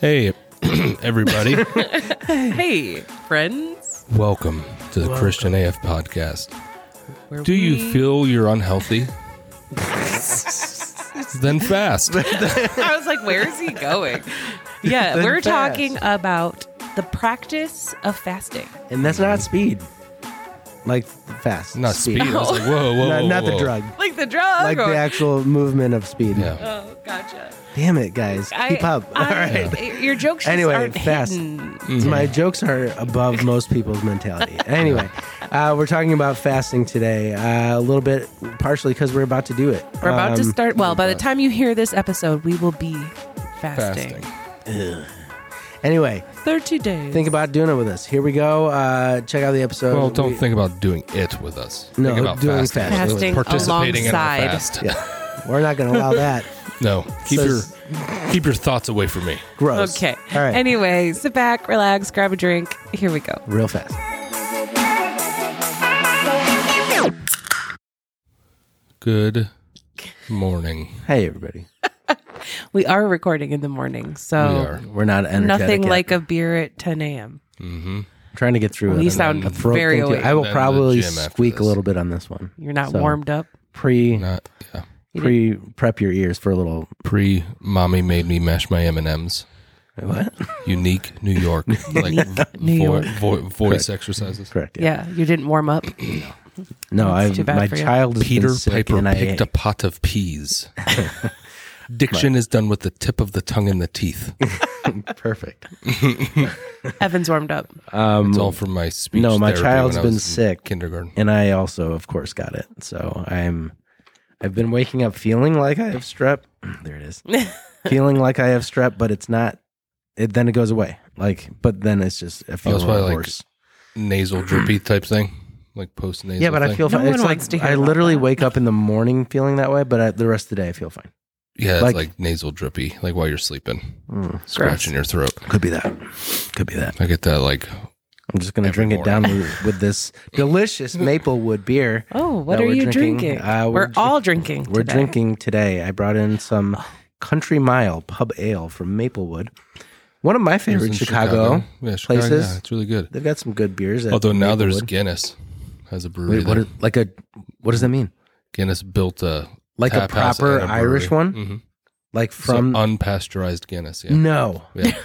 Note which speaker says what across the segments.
Speaker 1: Hey, everybody.
Speaker 2: Hey, friends.
Speaker 1: Welcome to the Christian AF podcast.
Speaker 2: Where
Speaker 1: Do
Speaker 2: we-
Speaker 1: you feel you're unhealthy? then fast.
Speaker 2: I was like, where is he going? Yeah,
Speaker 3: Then
Speaker 2: we're
Speaker 3: fast.
Speaker 2: talking about the practice of fasting.
Speaker 3: And that's not speed. Like fast.
Speaker 1: Not speed. I was like, whoa, whoa,
Speaker 3: Not,
Speaker 1: whoa,
Speaker 3: not the
Speaker 1: whoa.
Speaker 3: drug.
Speaker 2: Like the drug.
Speaker 3: Like
Speaker 2: or-
Speaker 3: the actual movement of speed.
Speaker 1: Yeah.
Speaker 2: oh, gotcha.
Speaker 3: Damn it, guys. Keep up.
Speaker 2: I-
Speaker 3: All right.
Speaker 2: I- Your jokes just
Speaker 3: Anyway,
Speaker 2: aren't
Speaker 3: fast. Mm-hmm.
Speaker 2: hidden.
Speaker 3: My jokes are above most people's mentality. Anyway, uh, we're talking about fasting today uh, a little bit, partially because we're about to do it.
Speaker 2: We're about to
Speaker 3: Um,
Speaker 2: start. Well, by the time you hear this episode, we will be fasting.
Speaker 1: Fasting.
Speaker 3: Anyway,
Speaker 2: 30 days.
Speaker 3: think about doing it with us. Here we go. Uh, check out the episode.
Speaker 1: Well, don't
Speaker 3: We-
Speaker 1: think about doing it with us.
Speaker 3: No,
Speaker 1: think about
Speaker 3: doing
Speaker 1: fasting.
Speaker 3: fast.
Speaker 2: Fasting
Speaker 1: Participating in
Speaker 2: alongside.
Speaker 1: our fast.
Speaker 3: We're not going to allow that.
Speaker 1: No, keep
Speaker 3: So-
Speaker 1: your keep your thoughts away from me.
Speaker 3: Gross.
Speaker 2: Okay.
Speaker 3: All right.
Speaker 2: Anyway, sit back, relax, grab a drink. Here we go.
Speaker 3: Real fast.
Speaker 1: Good morning.
Speaker 3: Hey, everybody.
Speaker 2: We are recording in the morning, so
Speaker 1: We are.
Speaker 3: We're not energetic.
Speaker 2: nothing
Speaker 3: yet.
Speaker 2: like a beer at 10 a.m.
Speaker 3: trying to get through
Speaker 2: You
Speaker 3: it.
Speaker 2: sound
Speaker 3: A throat
Speaker 2: very
Speaker 3: thing, too.
Speaker 2: awake.
Speaker 3: I will
Speaker 1: Then the
Speaker 3: probably
Speaker 1: gym after
Speaker 3: squeak
Speaker 1: this.
Speaker 3: a little bit on this one.
Speaker 2: You're not
Speaker 3: So,
Speaker 2: warmed up.
Speaker 3: Pre
Speaker 1: Not yeah.
Speaker 3: pre prep your ears for a little
Speaker 1: Pre mommy made me mash my M and M's.
Speaker 3: what?
Speaker 1: Unique New York, like
Speaker 2: New
Speaker 1: vo-
Speaker 2: York.
Speaker 1: vo- voice exercises.
Speaker 3: Correct. Yeah.
Speaker 2: Yeah, you didn't warm up.
Speaker 3: No, I
Speaker 2: too bad
Speaker 3: my
Speaker 2: for you.
Speaker 3: child has
Speaker 1: Peter
Speaker 3: been sick
Speaker 1: Piper
Speaker 3: and I
Speaker 1: picked a pot of peas. Diction is done with the tip of the tongue and the teeth.
Speaker 3: perfect.
Speaker 2: Evan's warmed up.
Speaker 1: It's all from my speech.
Speaker 3: no, my
Speaker 1: therapy when
Speaker 3: child's
Speaker 1: I was
Speaker 3: been
Speaker 1: in
Speaker 3: sick.
Speaker 1: Kindergarten.
Speaker 3: And I also of course got it. So I'm I've been waking up feeling like I have strep. There it is. feeling like I have strep, but it's not it then it goes away. Like but then it's just I feel
Speaker 1: it's probably
Speaker 3: like
Speaker 1: like
Speaker 3: worse.
Speaker 1: Nasal drippy type thing, like post nasal.
Speaker 3: Yeah, but I feel
Speaker 2: No
Speaker 3: fine.
Speaker 2: one
Speaker 3: it's like
Speaker 2: wants to hear
Speaker 3: I
Speaker 2: about
Speaker 3: literally
Speaker 2: that.
Speaker 3: wake up in the morning feeling that way, but I, the rest of the day I feel fine.
Speaker 1: yeah, it's like,
Speaker 3: like- Mm,
Speaker 1: nasal drippy, like while you're sleeping, scratching your throat.
Speaker 3: Could be that. Could be that.
Speaker 1: I get that like
Speaker 3: I'm just gonna drink it down with, with this delicious maple wood beer.
Speaker 2: Oh, what
Speaker 3: that
Speaker 2: are
Speaker 3: we're
Speaker 2: you drinking?
Speaker 3: Uh,
Speaker 2: we're
Speaker 3: we're drink-
Speaker 2: all drinking.
Speaker 3: We're
Speaker 2: today.
Speaker 3: drinking today. I brought in some Country Mile Pub Ale from Maplewood, one of my
Speaker 1: it was
Speaker 3: favorite
Speaker 1: in
Speaker 3: Chicago,
Speaker 1: Yeah, Chicago,
Speaker 3: places.
Speaker 1: Yeah, it's really good.
Speaker 3: They've got some good beers. at
Speaker 1: Although now there's
Speaker 3: Maplewood.
Speaker 1: Guinness has a brewery.
Speaker 3: Wait, what
Speaker 1: there.
Speaker 3: is, like a what does that mean?
Speaker 1: Guinness built a
Speaker 3: Like a
Speaker 1: tap house
Speaker 3: proper
Speaker 1: and a
Speaker 3: Irish
Speaker 1: brewery.
Speaker 3: one,
Speaker 1: Mhm.
Speaker 3: like
Speaker 1: So
Speaker 3: from Mm.
Speaker 1: unpasteurized Guinness. Yeah,
Speaker 3: no.
Speaker 1: yeah.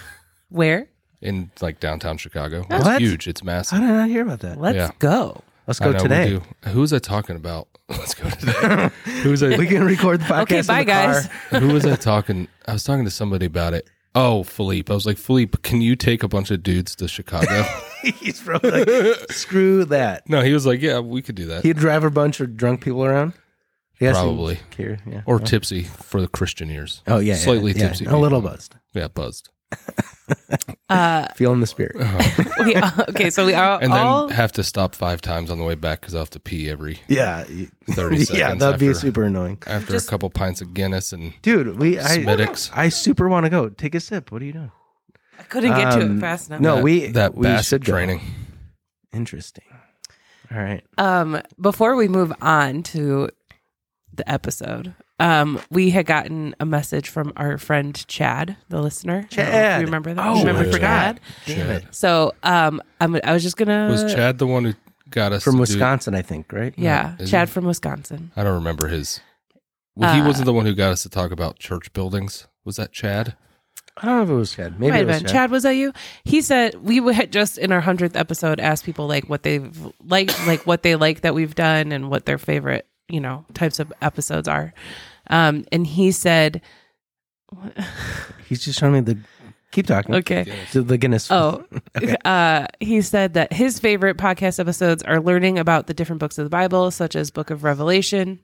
Speaker 2: Where?
Speaker 1: in like downtown Chicago. It's
Speaker 3: What?
Speaker 1: huge. It's
Speaker 3: How
Speaker 1: massive.
Speaker 3: did I not hear about that?
Speaker 2: Let's
Speaker 1: Yeah.
Speaker 2: go.
Speaker 3: Let's
Speaker 1: I
Speaker 3: go
Speaker 1: know, we
Speaker 3: today.
Speaker 1: do. Who was I talking about? Let's go today. who was I?
Speaker 3: We can record the podcast.
Speaker 2: Okay,
Speaker 3: in
Speaker 2: bye,
Speaker 3: the
Speaker 2: guys.
Speaker 3: car.
Speaker 1: who was I talking? I was talking to somebody about it. Oh, Philippe. I was like, Philippe, can you take a bunch of dudes to Chicago?
Speaker 3: He's probably like, screw that.
Speaker 1: no, he was like, yeah, we could do that.
Speaker 3: He'd drive a bunch of drunk people around. Yes, he-
Speaker 1: Probably.
Speaker 3: Here, yeah.
Speaker 1: or tipsy for the Christian ears.
Speaker 3: Oh yeah, yeah,
Speaker 1: slightly
Speaker 3: yeah,
Speaker 1: tipsy.
Speaker 3: a little buzzed,
Speaker 1: Yeah, buzzed.
Speaker 3: feeling the spirit.
Speaker 2: Uh, We, okay, so we are
Speaker 1: And then
Speaker 2: all.
Speaker 1: have to stop five times on the way back because I have to pee every
Speaker 3: yeah,
Speaker 1: 30 seconds.
Speaker 3: yeah, that'd be
Speaker 1: after-
Speaker 3: super annoying,
Speaker 1: After a couple pints of Guinness and
Speaker 3: dude. We I
Speaker 1: Smittix.
Speaker 3: I super want to go. Take a sip. What are you doing?
Speaker 2: I couldn't get to it
Speaker 3: Um,
Speaker 2: fast enough.
Speaker 3: No,
Speaker 1: that,
Speaker 3: we
Speaker 1: that
Speaker 3: we
Speaker 1: bass
Speaker 3: should go.
Speaker 1: training.
Speaker 3: Interesting. All right.
Speaker 2: Um, before we move on to the episode, um, we had gotten a message from our friend Chad, the listener. I don't know if
Speaker 3: Chad.
Speaker 2: you remember that?
Speaker 3: Oh,
Speaker 2: remember
Speaker 1: I
Speaker 3: forgot.
Speaker 1: Damn it.
Speaker 2: So um, I'm, I was just gonna.
Speaker 1: Was Chad the one who got us
Speaker 3: From
Speaker 1: to do-
Speaker 3: Wisconsin, I think. Right.
Speaker 2: Yeah,
Speaker 1: Is
Speaker 2: Chad from Wisconsin.
Speaker 1: I don't remember his. Well, he
Speaker 2: Uh,
Speaker 1: wasn't the one who got us to talk about church buildings. Was that Chad?
Speaker 3: I don't know if it was Chad. Maybe
Speaker 2: Might have
Speaker 3: it was
Speaker 2: been. Chad. was that you? He said we had just in our hundredth episode asked people like what they've liked, like what they like that we've done, and what their favorite you know types of episodes are. Um, and he said,
Speaker 3: He's just showing me the. Keep talking.
Speaker 2: okay.
Speaker 3: The, the Guinness.
Speaker 2: Oh, uh, he said that his favorite podcast episodes are learning about the different books of the Bible, such as Book of Revelation,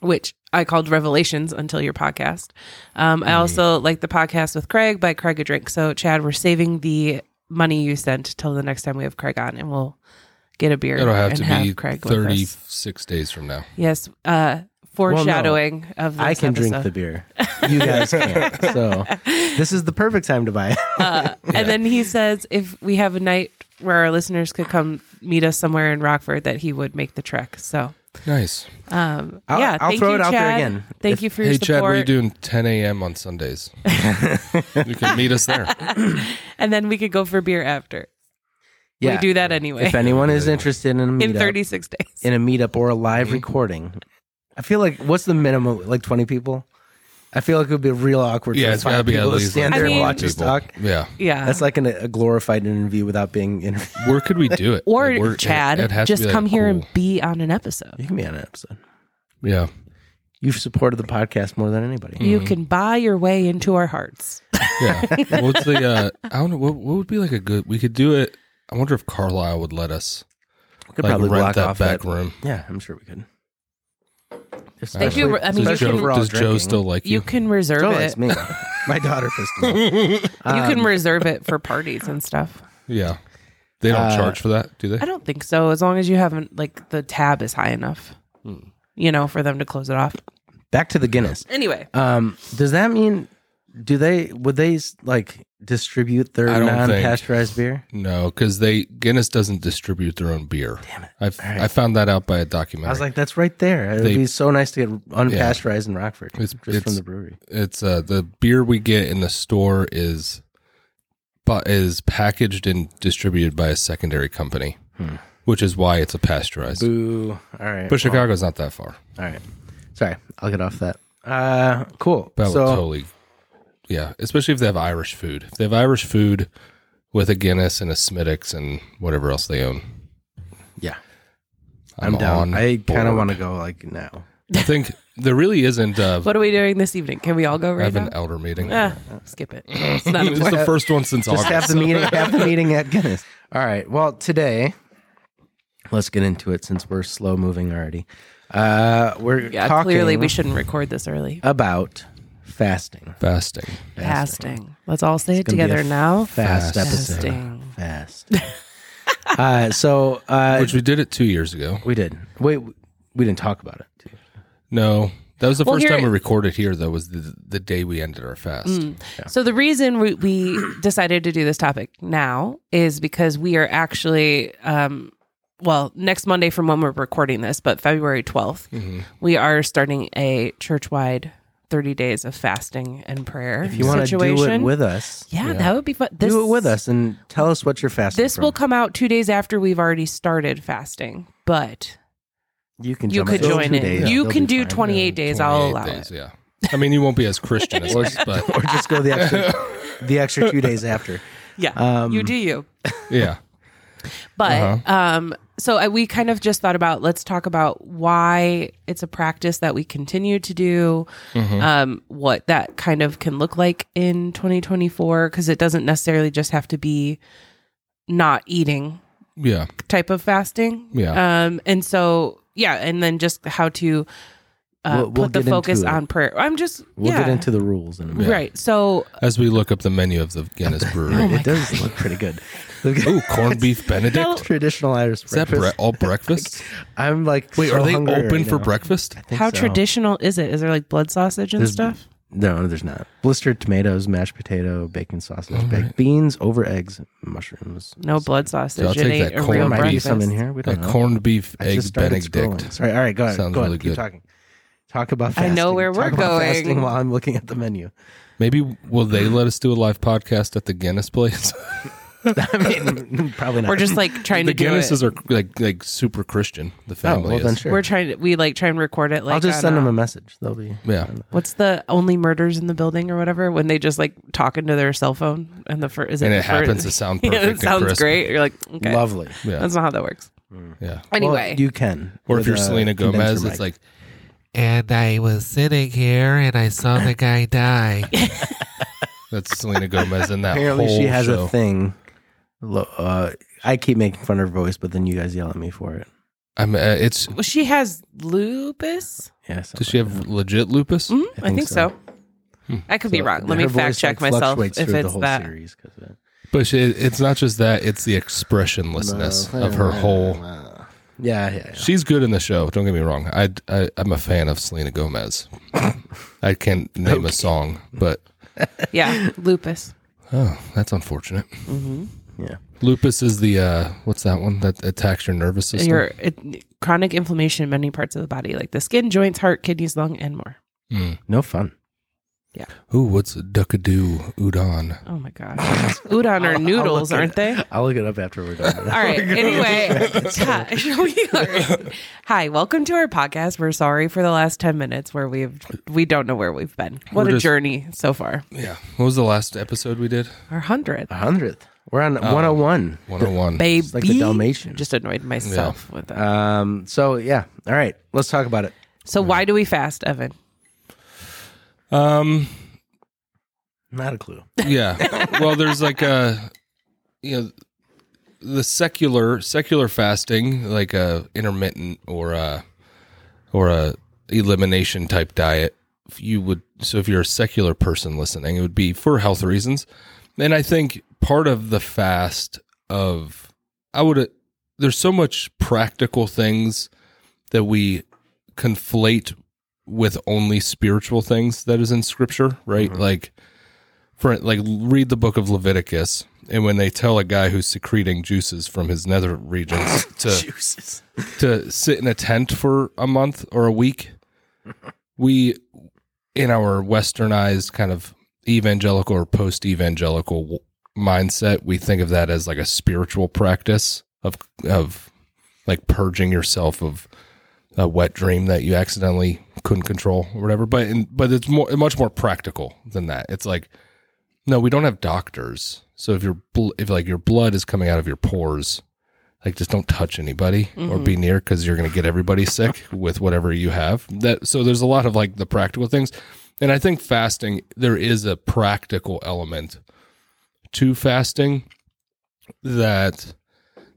Speaker 2: which I called Revelations until your podcast. Um, I also like the podcast with Craig by Craig a Drink. So, Chad, we're saving the money you sent till the next time we have Craig on, and we'll get a beer
Speaker 1: It'll have
Speaker 2: and
Speaker 1: to
Speaker 2: have
Speaker 1: be
Speaker 2: Craig with us.
Speaker 1: 36 days from now.
Speaker 2: Yes, uh, foreshadowing of this
Speaker 3: I can
Speaker 2: episode.
Speaker 3: drink the beer. You guys can't. So this is the perfect time to buy it.
Speaker 2: And then he says, if we have a night where our listeners could come meet us somewhere in Rockford that he would make the trek. So,
Speaker 1: Nice.
Speaker 2: um,
Speaker 3: I'll,
Speaker 2: yeah,
Speaker 3: I'll
Speaker 2: thank
Speaker 3: throw
Speaker 2: you,
Speaker 3: it out there
Speaker 2: Chad.
Speaker 3: again.
Speaker 2: Thank
Speaker 3: If-
Speaker 2: you for your
Speaker 1: Hey,
Speaker 2: support.
Speaker 1: Chad, what are you doing 10 a.m. on Sundays? you can meet us there.
Speaker 2: And then we could go for beer after.
Speaker 3: Yeah.
Speaker 2: We do that anyway
Speaker 3: If anyone is interested in a meetup,
Speaker 2: in 36 days.
Speaker 3: in a meetup or a live
Speaker 1: Mm-hmm.
Speaker 3: recording, I feel like what's the minimum? Like twenty people. I feel like it would be real awkward.
Speaker 1: Yeah,
Speaker 3: for
Speaker 1: it's
Speaker 3: five
Speaker 1: got to be at
Speaker 3: people to
Speaker 1: least
Speaker 3: stand
Speaker 1: like
Speaker 2: I
Speaker 3: there and
Speaker 2: mean-
Speaker 3: watch us
Speaker 1: people.
Speaker 3: talk.
Speaker 1: Yeah.
Speaker 2: yeah.
Speaker 3: That's like an, a glorified interview without being interviewed.
Speaker 1: Where could we do it?
Speaker 2: or
Speaker 1: Like, where-
Speaker 2: Chad,
Speaker 1: it has to
Speaker 2: just
Speaker 1: be, like,
Speaker 2: come here
Speaker 1: cool.
Speaker 2: and be on an episode.
Speaker 3: You can be on an episode.
Speaker 1: Yeah.
Speaker 3: You've supported the podcast more than anybody.
Speaker 1: Mm. Mm-hmm.
Speaker 2: You can buy your way into our hearts.
Speaker 1: Yeah. What's the, uh, I don't know, what, what would be like a good, we could do it. I wonder if Carlisle would let us
Speaker 3: We could
Speaker 1: like
Speaker 3: probably
Speaker 1: rent
Speaker 3: block
Speaker 1: that
Speaker 3: off
Speaker 1: back
Speaker 3: that.
Speaker 1: room.
Speaker 3: Yeah, I'm sure we could.
Speaker 2: They do- I mean,
Speaker 1: Does,
Speaker 2: you
Speaker 1: Joe,
Speaker 2: can-
Speaker 3: we're all
Speaker 1: does Joe
Speaker 3: drinking.
Speaker 1: still like you?
Speaker 2: You can reserve
Speaker 3: Joe
Speaker 2: it.
Speaker 3: likes me. Um, My daughter pissed me off.
Speaker 2: you can reserve it for parties and stuff.
Speaker 1: yeah. They don't
Speaker 3: Uh,
Speaker 1: charge for that, do they?
Speaker 2: I don't think so, as long as you haven't like the tab is high enough,
Speaker 3: Hmm.
Speaker 2: you know, for them to close it off.
Speaker 3: Back to the Guinness.
Speaker 2: Anyway,
Speaker 3: Um, does that mean do they would they like distribute their
Speaker 1: I don't think-
Speaker 3: non-pasteurized beer?
Speaker 1: No, because they Guinness doesn't distribute their own beer. Damn it! I've, I found that out by a documentary.
Speaker 3: I was like, that's right there. It'd
Speaker 1: They-
Speaker 3: be so nice to get unpasteurized in Rockford,
Speaker 1: It's-
Speaker 3: just from
Speaker 1: it's-
Speaker 3: the brewery.
Speaker 1: it's uh, the beer we get in the store is, but is packaged and distributed by a secondary company, which is why it's a pasteurized.
Speaker 3: Hmm. Boo! All right,
Speaker 1: But Chicago's not that far.
Speaker 3: all right. Sorry, I'll get off that. Uh, cool.
Speaker 1: That would
Speaker 3: so
Speaker 1: totally, yeah. Especially if they have Irish food. If they have Irish food with a Guinness and a Smittix and whatever else they own,
Speaker 3: yeah,
Speaker 1: I'm,
Speaker 3: I'm down.
Speaker 1: on
Speaker 3: I kind of
Speaker 1: board.
Speaker 3: want to go like now.
Speaker 1: I think there really isn't. Uh,
Speaker 2: what are we doing this evening? Can we all go
Speaker 1: I
Speaker 2: right
Speaker 1: have
Speaker 2: now?
Speaker 1: an elder meeting.
Speaker 2: Ah, skip it. It's not
Speaker 1: It's
Speaker 2: important.
Speaker 1: the first one since
Speaker 3: Just
Speaker 1: August.
Speaker 3: have the meeting. Have the meeting at Guinness. All right. Well, today, let's get into it since we're slow moving already. Uh, we're
Speaker 2: yeah,
Speaker 3: talking
Speaker 2: clearly we shouldn't record this early.
Speaker 3: about fasting.
Speaker 1: Fasting.
Speaker 2: Fasting. Let's all say it
Speaker 3: Gonna be
Speaker 2: together
Speaker 3: a
Speaker 2: now.
Speaker 3: Fast, episode.
Speaker 2: Fasting.
Speaker 3: Fast. uh, so uh,
Speaker 1: Which we did it two years ago.
Speaker 3: we did. Wait, we didn't talk about it.
Speaker 1: No, that was the
Speaker 2: Well,
Speaker 1: first
Speaker 2: here- Mm.
Speaker 1: time we recorded here. Though was the the day we ended our fast.
Speaker 2: So the reason we, we decided to do this topic now is because we are actually, um, well, next Monday from when we're recording this, but February 12th
Speaker 3: Mm-hmm.
Speaker 2: we are starting a church-wide thirty days of fasting and prayer.
Speaker 3: If you want to do it with us,
Speaker 2: yeah, that would be fun. This,
Speaker 3: do it with us and tell us what you're fasting.
Speaker 2: This
Speaker 3: from.
Speaker 2: will come out two days after we've already started fasting, but
Speaker 3: You can.
Speaker 2: you
Speaker 3: jump
Speaker 2: could
Speaker 3: in.
Speaker 2: join
Speaker 3: Two
Speaker 2: in.
Speaker 3: days,
Speaker 2: you
Speaker 3: they'll
Speaker 2: can
Speaker 3: be
Speaker 2: do
Speaker 3: fine.
Speaker 2: twenty eight days. I'll
Speaker 1: 28
Speaker 2: allow
Speaker 1: days,
Speaker 2: it.
Speaker 1: Yeah, I mean you won't be as Christian as us, but
Speaker 3: or just go the extra, the extra two days after.
Speaker 2: Yeah,
Speaker 3: Um, uh-huh.
Speaker 2: you do you.
Speaker 1: yeah,
Speaker 2: But um, so I, we kind of just thought about let's talk about why it's a practice that we continue to do,
Speaker 1: Mm-hmm.
Speaker 2: um, what that kind of can look like in 2024, because it doesn't necessarily just have to be not eating
Speaker 1: yeah,
Speaker 2: type of fasting.
Speaker 1: Yeah.
Speaker 2: Um, and so, yeah, and then just how to uh,
Speaker 3: We'll- we'll
Speaker 2: put the
Speaker 3: get into
Speaker 2: focus
Speaker 3: it.
Speaker 2: on prayer. I'm just,
Speaker 3: We'll
Speaker 2: yeah.
Speaker 3: get into the rules in a minute.
Speaker 2: Right. Oh So,
Speaker 1: As we look up the menu of the Guinness Brewery,
Speaker 3: it does look pretty good. Look at
Speaker 1: ooh, corned beef Benedict.
Speaker 2: No.
Speaker 1: Is
Speaker 3: traditional Irish
Speaker 1: that
Speaker 3: breakfast.
Speaker 1: bre- all breakfast?
Speaker 3: I'm like,
Speaker 1: Wait,
Speaker 3: so
Speaker 1: are they
Speaker 3: hungry
Speaker 1: open
Speaker 3: right
Speaker 1: for
Speaker 3: now.
Speaker 1: breakfast?
Speaker 3: I think
Speaker 2: how
Speaker 3: so.
Speaker 2: traditional is it? Is there like blood sausage and
Speaker 3: There's-
Speaker 2: stuff?
Speaker 3: No, there's not. Blistered tomatoes, mashed potato, bacon sausage, baked beans over eggs, mushrooms.
Speaker 2: No blood sausage.
Speaker 1: I'll
Speaker 2: it
Speaker 1: take that
Speaker 2: ain't a
Speaker 1: corned
Speaker 2: real
Speaker 3: There might be
Speaker 2: breakfast.
Speaker 3: some in here. We
Speaker 1: A
Speaker 3: don't know.
Speaker 1: corned beef
Speaker 3: I
Speaker 1: egg
Speaker 3: just
Speaker 1: Benedict.
Speaker 3: started scrolling. Sorry. All right, go ahead.
Speaker 1: Sounds
Speaker 3: go on,
Speaker 1: really
Speaker 3: Keep
Speaker 1: good.
Speaker 3: talking. Talk about.
Speaker 2: I
Speaker 3: Fasting.
Speaker 2: know where we're
Speaker 3: Talk about
Speaker 2: going.
Speaker 3: fasting while I'm looking at the menu.
Speaker 1: Maybe will they
Speaker 3: Hmm.
Speaker 1: let us do a live podcast at the Guinness place?
Speaker 3: I mean, probably not.
Speaker 2: We're just like trying
Speaker 1: the
Speaker 2: to do it.
Speaker 1: Guinnesses are like like super Christian. The
Speaker 3: Oh,
Speaker 1: family
Speaker 3: well
Speaker 1: is.
Speaker 3: then, sure.
Speaker 2: We're trying to we like try and record it. Like
Speaker 3: I'll just
Speaker 2: on
Speaker 3: send
Speaker 2: a-
Speaker 3: them a message. They'll be.
Speaker 1: Yeah,
Speaker 2: What's the only murders in the building or whatever when they just like talk into their cell phone and the first is it
Speaker 1: And it
Speaker 2: the fir-
Speaker 1: happens to sound
Speaker 2: yeah,
Speaker 1: perfect
Speaker 2: it
Speaker 1: and
Speaker 2: sounds
Speaker 1: crisp.
Speaker 2: great. You're like okay,
Speaker 3: Lovely.
Speaker 1: yeah,
Speaker 2: That's not how that works.
Speaker 1: yeah.
Speaker 3: Well,
Speaker 2: Anyway,
Speaker 3: you can.
Speaker 1: Or if
Speaker 3: with
Speaker 1: you're
Speaker 3: a
Speaker 1: Selena
Speaker 3: uh, condenser
Speaker 1: Gomez,
Speaker 3: mic.
Speaker 1: it's like
Speaker 4: and I was sitting here and I saw the guy die.
Speaker 1: That's Selena Gomez in that
Speaker 3: Apparently,
Speaker 1: whole
Speaker 3: she has
Speaker 1: show.
Speaker 3: a thing. Lo- Uh, I keep making fun of her voice, but then you guys yell at me for it.
Speaker 1: I'm, uh, it's
Speaker 2: well, she has lupus.
Speaker 3: Yeah, so
Speaker 1: does she have legit lupus?
Speaker 3: Mm.
Speaker 2: Mhm, I, think
Speaker 3: think
Speaker 2: so.
Speaker 3: so. Hmm.
Speaker 2: I could be
Speaker 3: so
Speaker 2: wrong. Let me
Speaker 3: her
Speaker 2: fact
Speaker 3: voice,
Speaker 2: check
Speaker 3: like,
Speaker 2: myself
Speaker 3: fluctuates
Speaker 2: if
Speaker 3: through the
Speaker 2: it's
Speaker 3: whole
Speaker 2: that.
Speaker 3: series 'cause of it.
Speaker 1: But she, it's not just that; it's the expressionlessness of her whole.
Speaker 3: Yeah, yeah, yeah.
Speaker 1: She's good in the show. Don't get me wrong. I, I am a fan of Selena Gomez. I can't name a song, but
Speaker 2: Yeah, lupus.
Speaker 3: Mm-hmm.
Speaker 1: oh, that's unfortunate.
Speaker 3: yeah.
Speaker 1: Lupus is the uh, what's that one that attacks your nervous system?
Speaker 2: Your it, chronic inflammation in many parts of the body, like the skin, joints, heart, kidneys, lung, and more.
Speaker 1: Mm.
Speaker 3: No fun.
Speaker 1: Ooh, what's duckadoo udon?
Speaker 2: Oh my gosh. Udon are noodles, aren't they?
Speaker 3: I'll look it up after we're done.
Speaker 2: All right. Anyway, hi. We are- hi. Welcome to our podcast. We're sorry for the last ten minutes where we've we don't know where we've been. What
Speaker 1: We're
Speaker 2: a
Speaker 1: just-
Speaker 2: journey so far.
Speaker 1: Yeah. What was the last episode we did?
Speaker 2: Our hundredth
Speaker 3: A hundredth. We're on 101.
Speaker 1: One oh one.
Speaker 2: baby.
Speaker 3: Uh, It's like the Dalmatian.
Speaker 2: Just annoyed myself with that.
Speaker 3: Um. So yeah. All right. Let's talk about it.
Speaker 2: so why do we fast, Evan?
Speaker 1: Um.
Speaker 3: Not a clue.
Speaker 1: Yeah. well, there's like a, you know, the secular secular fasting, like a intermittent or uh, a or a elimination type diet. If You would so if you're a secular person listening, it would be for health reasons, and I think part of the fast of I would there's so much practical things that we conflate with only spiritual things that is in scripture, right? Like for like read the book of Leviticus, and when they tell a guy who's secreting juices from his nether regions to
Speaker 3: Juices.
Speaker 1: to sit in a tent for a month or a week, we in our westernized kind of evangelical or post-evangelical w- mindset, we think of that as like a spiritual practice of of like purging yourself of a wet dream that you accidentally couldn't control or whatever. But in, but it's more much more practical than that. It's like no, we don't have doctors. So if your bl- if like your blood is coming out of your pores, like just don't touch anybody or be near because you're going to get everybody sick with whatever you have. That so there's a lot of like the practical things, and I think fasting there is a practical element to fasting that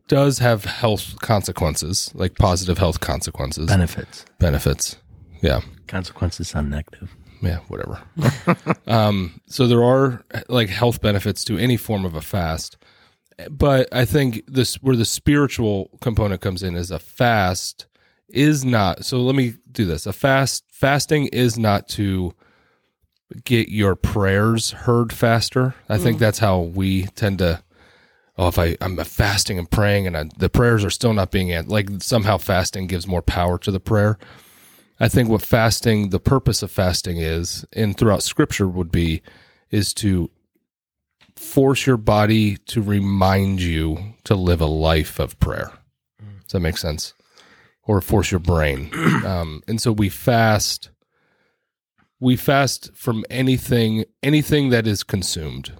Speaker 1: does have health consequences, like positive health consequences,
Speaker 3: Benefits.
Speaker 1: benefits. Yeah
Speaker 3: Consequences sound negative.
Speaker 1: yeah, whatever. um, so there are like health benefits to any form of a fast, but I think this where the spiritual component comes in is a fast is not. So let me do this: a fast fasting is not to get your prayers heard faster. I think that's how we tend to. Oh, if I I'm fasting and praying and I, the prayers are still not being answered, like somehow fasting gives more power to the prayer. I think what fasting, the purpose of fasting is, and throughout scripture would be, is to force your body to remind you to live a life of prayer. Does that make sense? Or force your brain. Um, and so we fast, we fast from anything, anything that is consumed.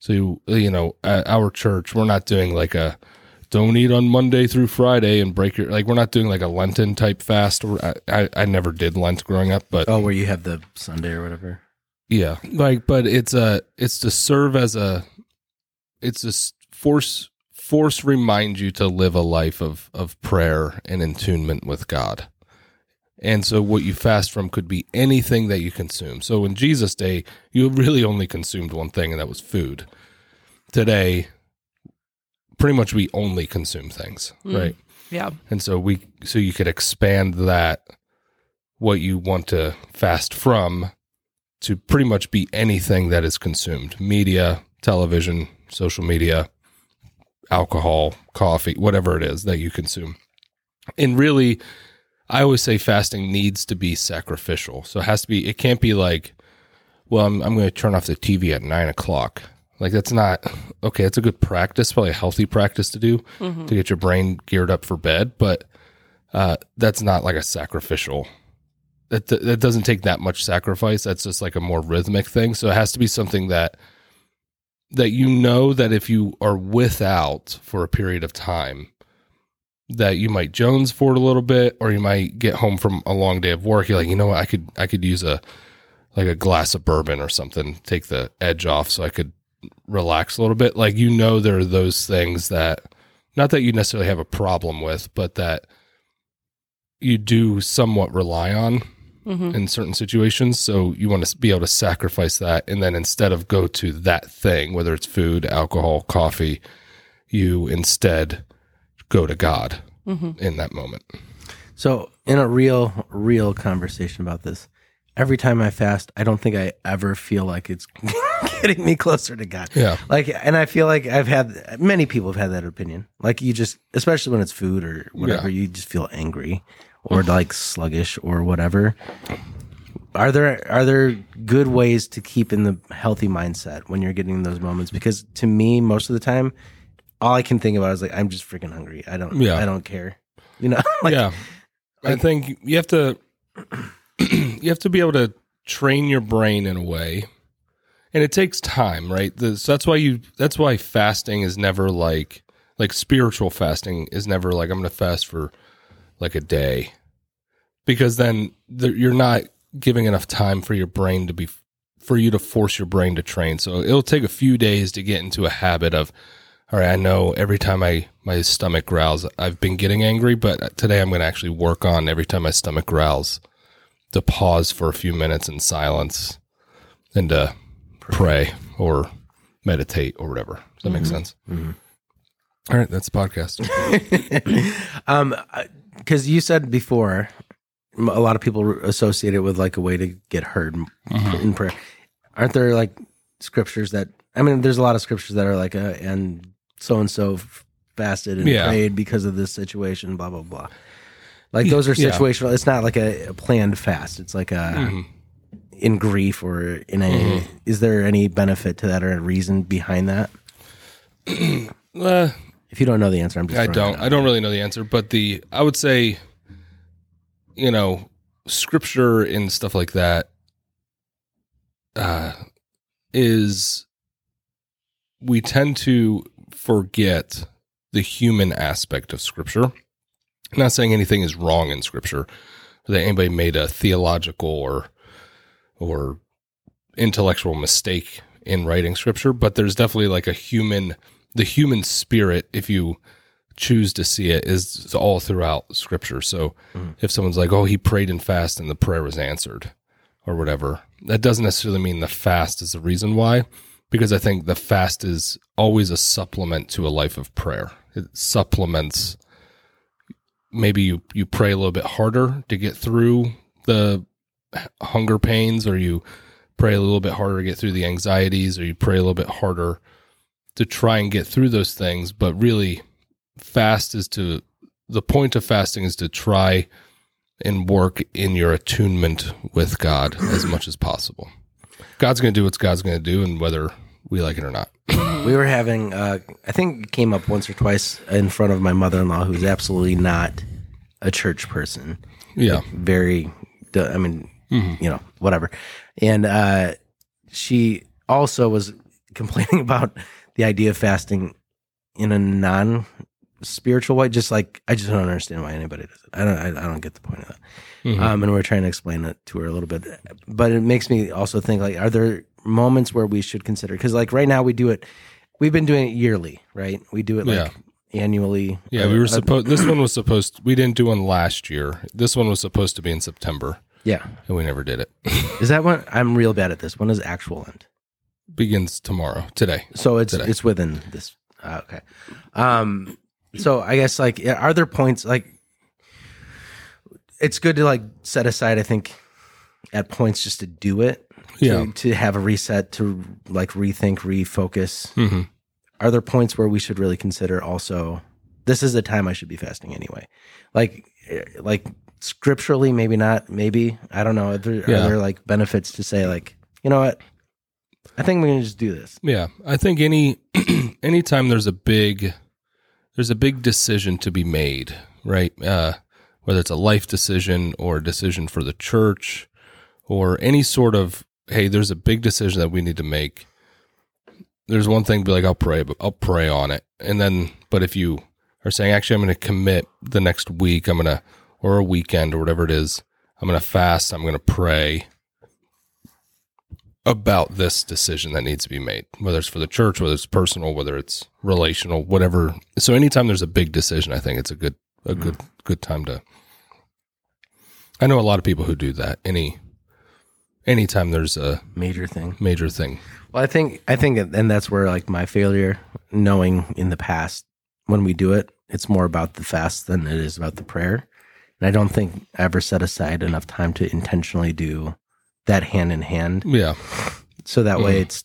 Speaker 1: So, you, you know, at our church, we're not doing like a, don't eat on Monday through Friday and break your like. We're not doing like a Lenten type fast. Or I, I I never did Lent growing up, but
Speaker 3: Oh, where you have the Sunday or whatever.
Speaker 1: yeah, like but it's a it's to serve as a it's to s- force force remind you to live a life of of prayer and in tunement with God. And so what you fast from could be anything that you consume. So in Jesus' day, you really only consumed one thing, and that was food. Today, pretty much we only consume things, right?
Speaker 2: Yeah.
Speaker 1: And so we so you could expand that what you want to fast from to pretty much be anything that is consumed. Media, television, social media, alcohol, coffee, whatever it is that you consume. And really I always say fasting needs to be sacrificial. So it has to be it can't be like, well, I'm I'm gonna turn off the TV at nine o'clock. Like that's not okay, it's a good practice, probably a healthy practice to do
Speaker 2: Mm-hmm.
Speaker 1: to get your brain geared up for bed, but uh, that's not like a sacrificial. That that doesn't take that much sacrifice. That's just like a more rhythmic thing. So it has to be something that that you know that if you are without for a period of time, that you might jones for it a little bit, or you might get home from a long day of work. You're like, you know what, I could I could use a like a glass of bourbon or something, take the edge off, so I could relax a little bit. Like you know, there are those things that not that you necessarily have a problem with, but that you do somewhat rely on
Speaker 2: Mhm.
Speaker 1: in certain situations. So you want to be able to sacrifice that. And then instead of go to that thing, whether it's food, alcohol, coffee, you instead go to God in that moment.
Speaker 3: So, in a real, real conversation about this, every time I fast, I don't think I ever feel like it's getting me closer to God.
Speaker 1: Yeah.
Speaker 3: Like, and I feel like I've had many people have had that opinion. Like, you just, especially when it's food or whatever, you just feel angry or like sluggish or whatever. Are there are there good ways to keep in the healthy mindset when you're getting those moments? Because to me, most of the time, all I can think about is like I'm just freaking hungry. I don't.
Speaker 1: Yeah.
Speaker 3: I don't care. You know. like,
Speaker 1: yeah. I think you have to you have to be able to train your brain in a way. And it takes time, right? The, so that's why you that's why fasting is never like like spiritual fasting is never like I'm going to fast for like a day. Because then the, you're not giving enough time for your brain to be for you to force your brain to train. So it'll take a few days to get into a habit of all right, I know every time I my stomach growls, I've been getting angry, but today I'm going to actually work on every time my stomach growls to pause for a few minutes in silence and to pray or meditate or whatever. Does that make sense? All right, that's the podcast.
Speaker 3: um because you said before m- a lot of people associate it with like a way to get heard m-
Speaker 1: Mm-hmm.
Speaker 3: in prayer aren't there like scriptures that i mean there's a lot of scriptures that are like uh and so and so fasted and
Speaker 1: Yeah.
Speaker 3: prayed because of this situation blah blah blah like those are
Speaker 1: Yeah. Mm-hmm.
Speaker 3: situational it's not like a, a planned fast it's like a in grief or in a is there any benefit to that or a reason behind that
Speaker 1: Uh,
Speaker 3: if you don't know the answer i'm just
Speaker 1: I
Speaker 3: throwing it
Speaker 1: don't.
Speaker 3: out.
Speaker 1: I don't really know the answer, but the I would say, you know, scripture and stuff like that uh, is we tend to forget the human aspect of scripture. I'm not saying anything is wrong in scripture, or that anybody made a theological or or intellectual mistake in writing scripture, but there's definitely like a human the human spirit if you choose to see it is all throughout scripture. So if someone's like, oh, he prayed and fasted and the prayer was answered or whatever, that doesn't necessarily mean the fast is the reason why, because I think the fast is always a supplement to a life of prayer. It supplements, maybe you, you pray a little bit harder to get through the h- hunger pains, or you pray a little bit harder to get through the anxieties, or you pray a little bit harder to try and get through those things, but really fast is to the point of fasting is to try and work in your attunement with God as much as possible. God's going to do what God's going to do, and whether we like it or not.
Speaker 3: We were having, uh, I think it came up once or twice in front of my mother in law, who's absolutely not a church person.
Speaker 1: Yeah,
Speaker 3: Very, d- I mean,
Speaker 1: Mm-hmm.
Speaker 3: you know, whatever. And uh, she also was complaining about the idea of fasting in a non spiritual way. Just like, I just don't understand why anybody does it. I don't, I, I don't get the point of that.
Speaker 1: Mm-hmm.
Speaker 3: Um, and we are trying to explain it to her a little bit, but it makes me also think like, are there moments where we should consider? Because like right now we do it, we've been doing it yearly, right? We do it like annually.
Speaker 1: yeah.
Speaker 3: Uh,
Speaker 1: We
Speaker 3: uh,
Speaker 1: were supposed. This one was supposed. We didn't do one last year. This one was supposed to be in September,
Speaker 3: yeah.
Speaker 1: and we never did it.
Speaker 3: Is that one? I'm real bad at this. When does actual end?
Speaker 1: Begins tomorrow, today.
Speaker 3: So it's
Speaker 1: Today.
Speaker 3: it's within this. Uh, okay. Um. So I guess like, yeah, are there points like? It's good to like set aside. I think at points just to do it. to-
Speaker 1: Yeah.
Speaker 3: To have a reset to like rethink, refocus.
Speaker 1: hmm
Speaker 3: Are there points where we should really consider also? This is the time I should be fasting anyway. Like, eh, like scripturally, maybe not. Maybe I don't know. Are there,
Speaker 1: Yeah.
Speaker 3: are there like benefits to say like, you know what? I think we're gonna just do this.
Speaker 1: Yeah, I think any anytime there's a big there's a big decision to be made, right? Uh, whether it's a life decision or a decision for the church or any sort of hey, there's a big decision that we need to make. There's one thing to be like I'll pray, but I'll pray on it, and then but if you are saying actually I'm going to commit the next week, I'm going to or a weekend or whatever it is, I'm going to fast, I'm going to pray about this decision that needs to be made, whether it's for the church, whether it's personal, whether it's relational, whatever. So anytime there's a big decision, I think it's a good a good good time to. I know a lot of people who do that. Any anytime there's a
Speaker 3: Major thing.
Speaker 1: major thing,
Speaker 3: Well, I think I think, that- and that's where like my failure, knowing in the past when we do it, it's more about the fast than it is about the prayer, and I don't think I ever set aside enough time to intentionally do that hand in hand,
Speaker 1: yeah,
Speaker 3: so that way it's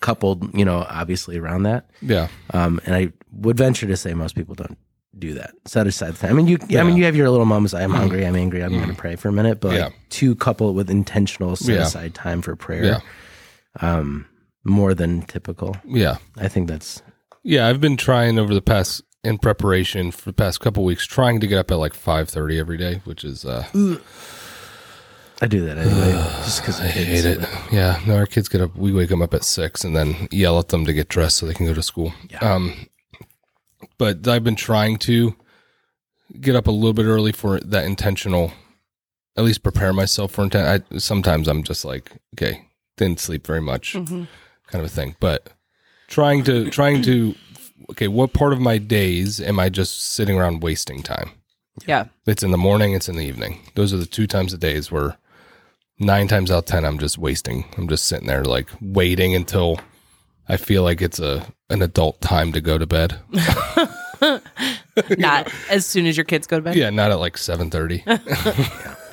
Speaker 3: coupled, you know, obviously around that.
Speaker 1: Yeah.
Speaker 3: Um, and I would venture to say most people don't do that. Set aside time. I mean, you. I mean,
Speaker 1: Yeah. Mm-hmm.
Speaker 3: you have your little moments. I'm hungry. I'm angry. I'm going to pray for a minute. But like,
Speaker 1: Yeah.
Speaker 3: to couple it with intentional set
Speaker 1: Yeah.
Speaker 3: aside time for prayer,
Speaker 1: Yeah.
Speaker 3: um, more than typical.
Speaker 1: Yeah.
Speaker 3: I think that's
Speaker 1: Yeah, I've been trying over the past in preparation for the past couple weeks, trying to get up at like five thirty every day, which is uh,
Speaker 3: I do that anyway, just because I
Speaker 1: hate it. Yeah, no, our kids get up. We wake them up at six and then yell at them to get dressed so they can go to school. Um, but I've been trying to get up a little bit early for that intentional. At least prepare myself for intent. I sometimes I'm just like, okay, didn't sleep very much, kind of a thing. But trying to trying to okay, what part of my days am I just sitting around wasting time?
Speaker 2: Yeah.
Speaker 1: It's in the morning, it's in the evening. Those are the two times of days where nine times out of ten I'm just wasting. I'm just sitting there like waiting until I feel like it's a an adult time to go to bed.
Speaker 2: Not as soon as your kids go to bed.
Speaker 1: yeah, not at like seven thirty.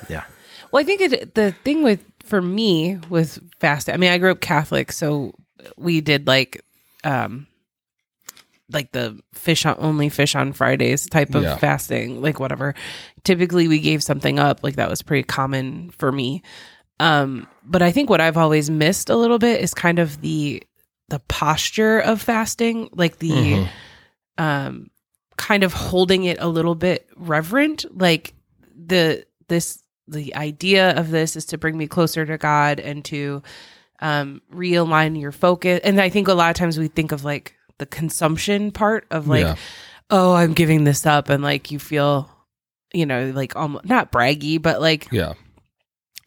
Speaker 3: Yeah.
Speaker 2: Well, I think it, the thing with for me with fasting. I mean, I grew up Catholic, so we did like, um, like the fish on only fish on Fridays type of
Speaker 1: Yeah.
Speaker 2: fasting, like whatever. Typically, we gave something up. Like that was pretty common for me. Um, but I think what I've always missed a little bit is kind of the the posture of fasting, like the
Speaker 1: Mhm.
Speaker 2: um kind of holding it a little bit reverent like the this the idea of this is to bring me closer to god and to um realign your focus and i think a lot of times we think of like the consumption part of like
Speaker 1: Yeah.
Speaker 2: oh i'm giving this up and like you feel you know like almost not braggy but like
Speaker 1: Yeah.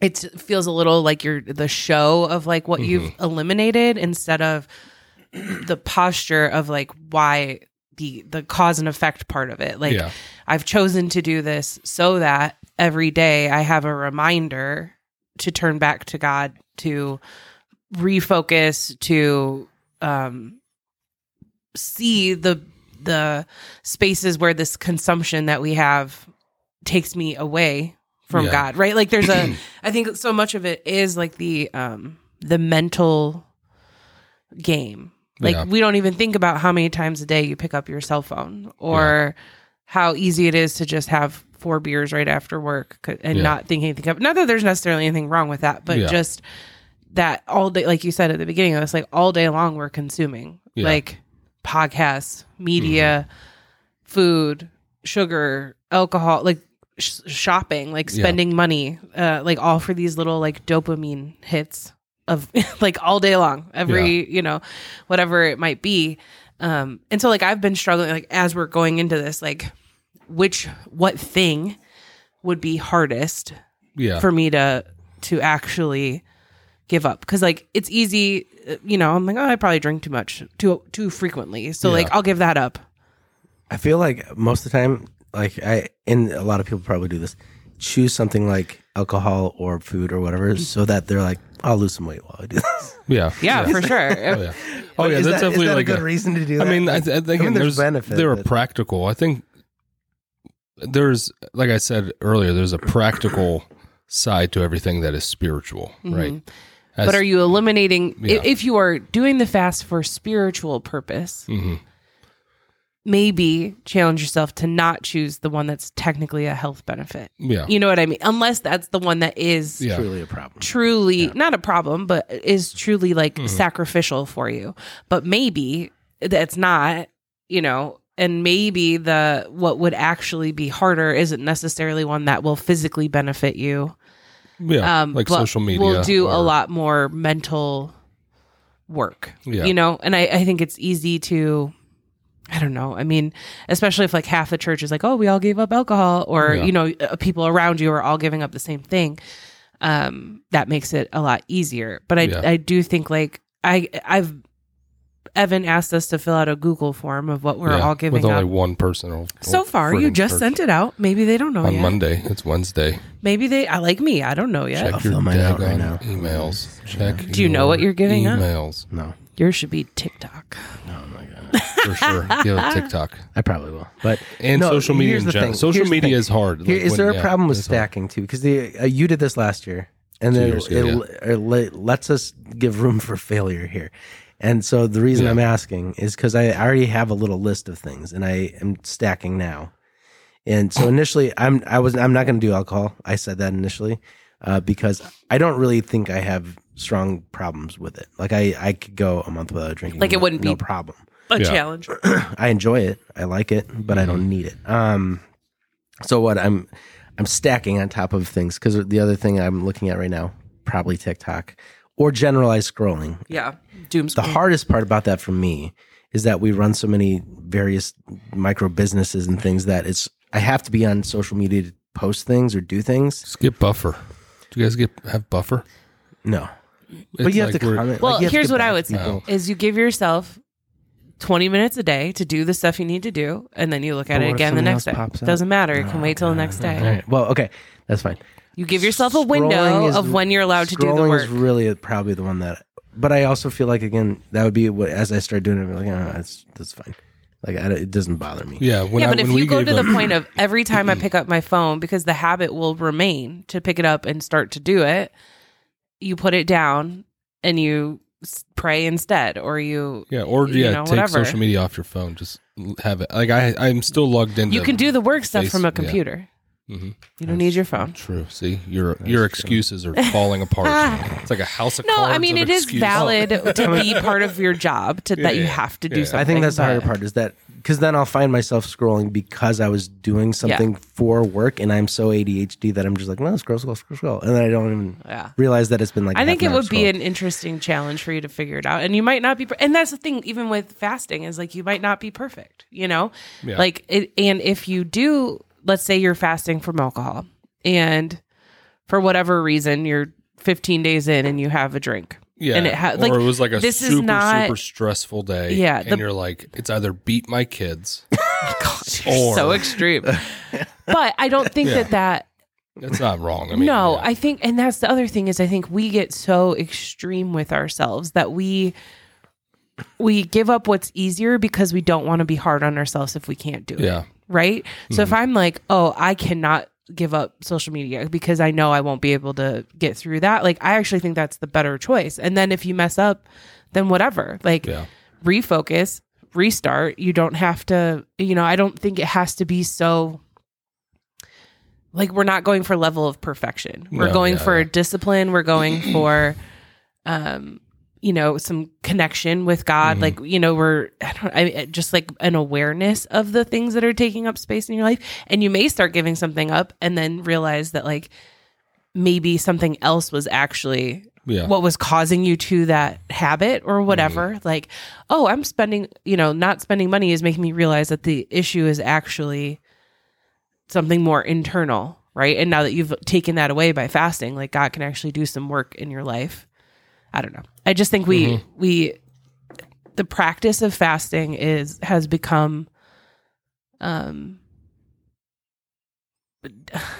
Speaker 2: it feels a little like you're the show of like what you've eliminated instead of the posture of like why the the cause and effect part of it like
Speaker 1: yeah.
Speaker 2: i've chosen to do this so that every day i have a reminder to turn back to god to refocus to um see the the spaces where this consumption that we have takes me away from
Speaker 1: Yeah.
Speaker 2: God, right? Like there's a I think so much of it is like the um the mental game. Like
Speaker 1: Yeah.
Speaker 2: we don't even think about how many times a day you pick up your cell phone or how easy it is to just have four beers right after work c- and
Speaker 1: Yeah.
Speaker 2: not think anything of not that there's necessarily anything wrong with that, but
Speaker 1: Yeah.
Speaker 2: just that all day like you said at the beginning, it's like all day long we're consuming.
Speaker 1: Yeah.
Speaker 2: Like podcasts, media, food, sugar, alcohol, like sh- shopping, like
Speaker 1: Yeah.
Speaker 2: spending money, uh, like all for these little like dopamine hits of like all day long, every, you know, whatever it might be. Um, and so like I've been struggling, like as we're going into this, like which, what thing would be hardest
Speaker 1: Yeah.
Speaker 2: for me to to actually give up because like it's easy uh, you know i'm like oh i probably drink too much too too frequently so like i'll give that up
Speaker 3: I feel like most of the time, like I and a lot of people probably do this, choose something like alcohol or food or whatever, so that they're like, I'll lose some weight while I do this.
Speaker 1: yeah.
Speaker 2: yeah, for sure
Speaker 1: Oh yeah. Oh yeah.
Speaker 3: Is
Speaker 1: That's
Speaker 3: that-
Speaker 1: definitely
Speaker 3: is that
Speaker 1: like
Speaker 3: a good reason to do
Speaker 1: I
Speaker 3: that.
Speaker 1: mean, I, th- I think
Speaker 3: I mean,
Speaker 1: there's,
Speaker 3: there's benefit,
Speaker 1: There are
Speaker 3: but-
Speaker 1: practical. I think there's, like I said earlier, there's a practical side to everything that is spiritual, right? As-
Speaker 2: but are you eliminating i-
Speaker 1: Yeah.
Speaker 2: if you are doing the fast for spiritual purpose
Speaker 1: Mhm.
Speaker 2: maybe challenge yourself to not choose the one that's technically a health benefit
Speaker 1: Yeah.
Speaker 2: you know what i mean unless that's the one that is
Speaker 1: yeah.
Speaker 3: truly a problem.
Speaker 2: truly not a problem, but is truly like sacrificial for you. But maybe that's not, you know, and maybe the what would actually be harder isn't necessarily one that will physically benefit you.
Speaker 1: Yeah, like
Speaker 2: Um, but
Speaker 1: social media.
Speaker 2: will do a
Speaker 1: or-
Speaker 2: lot more mental work.
Speaker 1: Yeah.
Speaker 2: You know, and I, I think it's easy to I don't know. I mean, especially if like half the church is like, "Oh, we all gave up alcohol," or
Speaker 1: Yeah.
Speaker 2: you know, uh, people around you are all giving up the same thing. Um, that makes it a lot easier. But I
Speaker 1: Yeah.
Speaker 2: I do think like I I've Evan asked us to fill out a Google form of what we're
Speaker 1: Yeah,
Speaker 2: all giving
Speaker 1: with only
Speaker 2: up.
Speaker 1: one person. or-
Speaker 2: so
Speaker 1: or
Speaker 2: far, you
Speaker 1: friggin'
Speaker 2: just oh,
Speaker 1: church.
Speaker 2: sent it out. Maybe they don't know
Speaker 1: on
Speaker 2: yet.
Speaker 1: Monday. It's Wednesday.
Speaker 2: Maybe they I like me. I don't know yet.
Speaker 1: Check
Speaker 3: I'll
Speaker 1: your
Speaker 3: fill mine out right
Speaker 1: daggone
Speaker 3: now.
Speaker 1: emails. Check.
Speaker 2: Do you know what you're giving up?
Speaker 1: emails,
Speaker 3: No,
Speaker 2: Yours should be TikTok.
Speaker 3: oh my god,
Speaker 1: for sure. Give it TikTok
Speaker 3: I probably will. But
Speaker 1: and
Speaker 3: No,
Speaker 1: social media
Speaker 3: here's
Speaker 1: in
Speaker 3: the
Speaker 1: general.
Speaker 3: thing.
Speaker 1: Social
Speaker 3: Here's the
Speaker 1: media
Speaker 3: thing.
Speaker 1: is hard.
Speaker 3: Here,
Speaker 1: Like,
Speaker 3: is
Speaker 1: when-
Speaker 3: there a
Speaker 1: yeah,
Speaker 3: problem with
Speaker 1: it's hard.
Speaker 3: stacking too? Because the uh, you did this last year, and
Speaker 1: Two
Speaker 3: then
Speaker 1: years
Speaker 3: it,
Speaker 1: ago,
Speaker 3: it lets us give room for failure here. And so the reason
Speaker 1: Yeah.
Speaker 3: I'm asking is because I already have a little list of things and I am stacking now. And so initially, I'm I was I'm not going to do alcohol. I said that initially uh, because I don't really think I have strong problems with it. Like I I could go a month without drinking.
Speaker 2: Like it
Speaker 3: no-
Speaker 2: wouldn't
Speaker 3: no
Speaker 2: be-
Speaker 3: problem.
Speaker 2: A
Speaker 1: Yeah.
Speaker 2: challenge.
Speaker 3: I enjoy it. I like it, but I
Speaker 1: Mm-hmm.
Speaker 3: don't need it. Um, so what I'm I'm stacking on top of things because the other thing I'm looking at right now probably TikTok or generalized scrolling.
Speaker 2: Yeah. Doom
Speaker 3: The
Speaker 2: scroll.
Speaker 1: Mm-hmm.
Speaker 3: hardest part about that for me is that we run so many various micro businesses and things that it's I have to be on social media to post things or do things.
Speaker 1: Skip buffer. Do you guys get have buffer?
Speaker 3: No,
Speaker 1: It's
Speaker 3: but you have
Speaker 1: like
Speaker 3: to
Speaker 1: we're-
Speaker 3: comment.
Speaker 2: Well,
Speaker 3: like, you have to
Speaker 2: here's
Speaker 3: get
Speaker 2: what I
Speaker 3: back
Speaker 2: would
Speaker 3: to
Speaker 2: say
Speaker 3: people.
Speaker 2: is you give yourself 20 minutes a day to do the stuff you need to do, and then you look at
Speaker 3: But
Speaker 2: it
Speaker 3: what if
Speaker 2: again the
Speaker 3: something
Speaker 2: next day.
Speaker 3: else pops up?
Speaker 2: Doesn't matter. It can wait till the next
Speaker 3: All
Speaker 2: day.
Speaker 3: right. Well, okay, that's fine.
Speaker 2: You give yourself a
Speaker 3: Scrolling
Speaker 2: window
Speaker 3: is-
Speaker 2: of when you're allowed to do the
Speaker 3: Scrolling is
Speaker 2: work.
Speaker 3: really probably the one that. But I also feel like again that would be what as I start doing it, I'm like, oh, that's that's fine. Like I, it doesn't bother me.
Speaker 1: Yeah, when
Speaker 2: yeah,
Speaker 1: I,
Speaker 2: but if
Speaker 1: when we
Speaker 2: you go
Speaker 1: gave
Speaker 2: to the
Speaker 1: them-
Speaker 2: point of every time I pick up my phone, because the habit will remain to pick it up and start to do it, you put it down and you s- pray instead, or you
Speaker 1: yeah, or
Speaker 2: you
Speaker 1: yeah,
Speaker 2: know,
Speaker 1: take
Speaker 2: whatever.
Speaker 1: social media off your phone. Just l- have it. Like I, I'm still logged in.
Speaker 2: you can do the work stuff
Speaker 1: face-
Speaker 2: from
Speaker 1: yeah.
Speaker 2: a computer.
Speaker 1: Mhm.
Speaker 2: You don't need your phone.
Speaker 1: True. See, your your excuses are falling apart. it's like a house of
Speaker 2: Ah. No,
Speaker 1: cards.
Speaker 2: I mean
Speaker 1: of
Speaker 2: it is
Speaker 1: excuses.
Speaker 2: valid to be part of your job to that you
Speaker 1: yeah,
Speaker 2: have to do
Speaker 1: yeah.
Speaker 2: something.
Speaker 3: Oh. I think that's the harder
Speaker 2: but-
Speaker 3: part is that because then I'll find myself scrolling because I was doing something for work and I'm so ADHD that I'm just like, no, scroll, scroll, scroll, scroll. And then I don't even
Speaker 2: Yeah.
Speaker 3: realize that it's been like,
Speaker 2: I think
Speaker 3: half
Speaker 2: it
Speaker 3: an hour
Speaker 2: would be
Speaker 3: scroll.
Speaker 2: an interesting challenge for you to figure it out. And you might not be, per- and that's the thing, even with fasting, is like you might not be perfect, you know?
Speaker 1: Yeah.
Speaker 2: Like, it, and if you do, let's say you're fasting from alcohol and for whatever reason, you're 15 days in and you have a drink.
Speaker 1: Oh, Yeah,
Speaker 2: And it ha-
Speaker 1: or
Speaker 2: like,
Speaker 1: it was like a
Speaker 2: this is
Speaker 1: super
Speaker 2: not-
Speaker 1: super stressful day.
Speaker 2: Yeah,
Speaker 1: and
Speaker 2: the-
Speaker 1: you're like, it's either beat my kids.
Speaker 2: You're
Speaker 1: or
Speaker 2: so extreme. but I don't think that that
Speaker 1: it's not wrong. I mean,
Speaker 2: no,
Speaker 1: yeah.
Speaker 2: I think, and that's the other thing is I think we get so extreme with ourselves that we we give up what's easier because we don't want to be hard on ourselves if we can't do it,
Speaker 1: yeah, Mm-hmm.
Speaker 2: right? So if I'm like, oh, I cannot give up social media because I know I won't be able to get through that, like I actually think that's the better choice. And then if you mess up, then whatever, like
Speaker 1: yeah.
Speaker 2: refocus, restart. You don't have to, you know, I don't think it has to be so like we're not going for level of perfection. We're
Speaker 1: No,
Speaker 2: going
Speaker 1: yeah,
Speaker 2: for
Speaker 1: yeah.
Speaker 2: discipline, we're going for um you know, some connection with God,
Speaker 1: Mm-hmm.
Speaker 2: like you know, we're I don't, I just like an awareness of the things that are taking up space in your life, and you may start giving something up, and then realize that like maybe something else was actually
Speaker 1: Yeah.
Speaker 2: what was causing you to that habit or whatever like oh i'm spending you know not spending money is making me realize that the issue is actually something more internal right and now that you've taken that away by fasting like god can actually do some work in your life i don't know i just think we
Speaker 1: Mm-hmm.
Speaker 2: we the practice of fasting is has become um i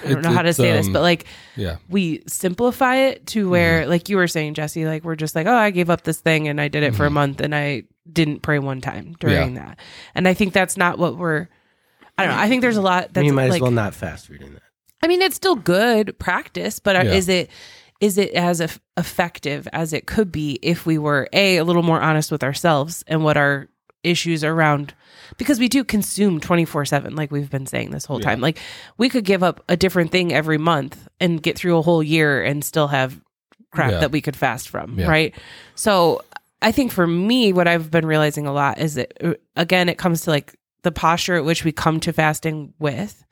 Speaker 2: don't
Speaker 1: It-
Speaker 2: know how to
Speaker 1: it's,
Speaker 2: say this
Speaker 1: um,
Speaker 2: but like
Speaker 1: yeah.
Speaker 2: we simplify it to
Speaker 3: Mm-hmm.
Speaker 2: where like you were saying jesse like we're just like oh i gave up this thing and i did it for a
Speaker 3: Mm-hmm.
Speaker 2: month and i didn't pray one time during that and i think that's not what we're i don't know i think there's a lot that's
Speaker 3: you might
Speaker 2: like
Speaker 3: as well not fast reading that.
Speaker 2: i mean it's still good practice but uh
Speaker 1: Yeah.
Speaker 2: is it is it as eff- effective as it could be if we were a a little more honest with ourselves and what our issues around because we do consume 24/7 like we've been saying this whole time like we could give up a different thing every month and get through a whole year and still have crap
Speaker 1: Yeah.
Speaker 2: that we could fast from
Speaker 1: Yeah.
Speaker 2: right so i think for me what i've been realizing a lot is that uh, again it comes to like the posture at which we come to fasting with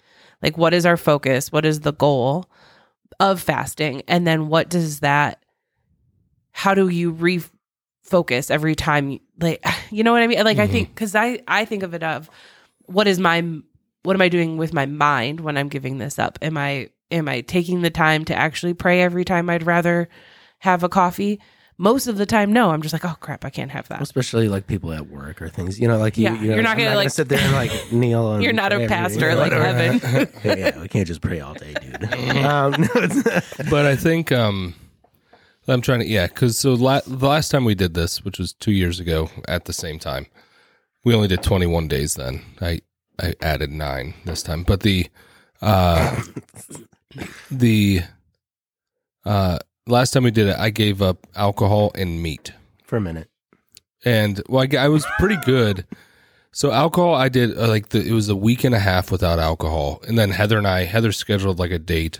Speaker 2: like what is our focus what is the goal of fasting and then what does that how do you refocus every time you, like you know what i mean like i
Speaker 1: Mm-hmm.
Speaker 2: think because i i think of it of what is my what am i doing with my mind when i'm giving this up am i am i taking the time to actually pray every time i'd rather have a coffee most of the time no i'm just like oh crap i can't have that
Speaker 3: Especially like people at work or things, you know, like you,
Speaker 2: Yeah,
Speaker 3: you know,
Speaker 2: you're not
Speaker 3: I'm
Speaker 2: gonna, like-
Speaker 3: sit there and like kneel. And
Speaker 2: you're not a
Speaker 3: pray every-
Speaker 2: pastor
Speaker 3: yeah,
Speaker 2: like
Speaker 3: whatever.
Speaker 2: heaven
Speaker 3: yeah, we can't just pray all day, dude. um, no, it's,
Speaker 1: but I think um, I'm trying to yeah, because so la- the last time we did this, which was two years ago, at the same time, we only did 21 days. Then I I added nine this time, but the uh, the uh, last time we did it, I gave up alcohol and meat.
Speaker 3: for a minute.
Speaker 1: and well, I, I was pretty good. So alcohol, I did uh, like the, it was a week and a half without alcohol, and then Heather and I, Heather scheduled like a date,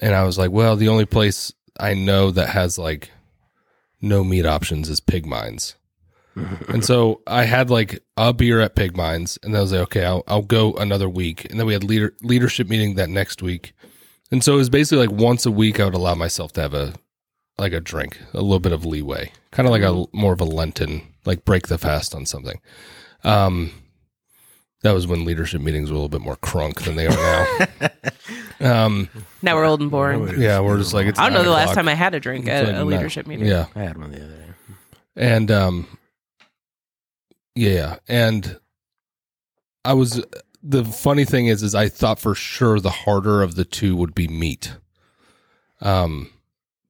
Speaker 1: and I was like, well, the only place I know that has like no meat options is Pig Mines, and so I had like a beer at Pig Mines, and I was like, okay, I'll I'll go another week, and then we had leader leadership meeting that next week, and so it was basically like once a week I would allow myself to have a like a drink, a little bit of leeway, kind of like a more of a Lenten, like break the fast on something. Um, that was when leadership meetings were a little bit more crunk than they are now. um,
Speaker 2: Now we're old and boring.
Speaker 1: yeah, we're just like it's.
Speaker 2: I don't know
Speaker 1: nine
Speaker 2: the last
Speaker 1: o'clock.
Speaker 2: time I had a drink
Speaker 1: It's
Speaker 2: at
Speaker 1: like
Speaker 2: a
Speaker 1: nine.
Speaker 2: leadership meeting.
Speaker 1: Yeah,
Speaker 3: I had one the other day.
Speaker 1: and um yeah and i was the funny thing is is i thought for sure the harder of the two would be meat um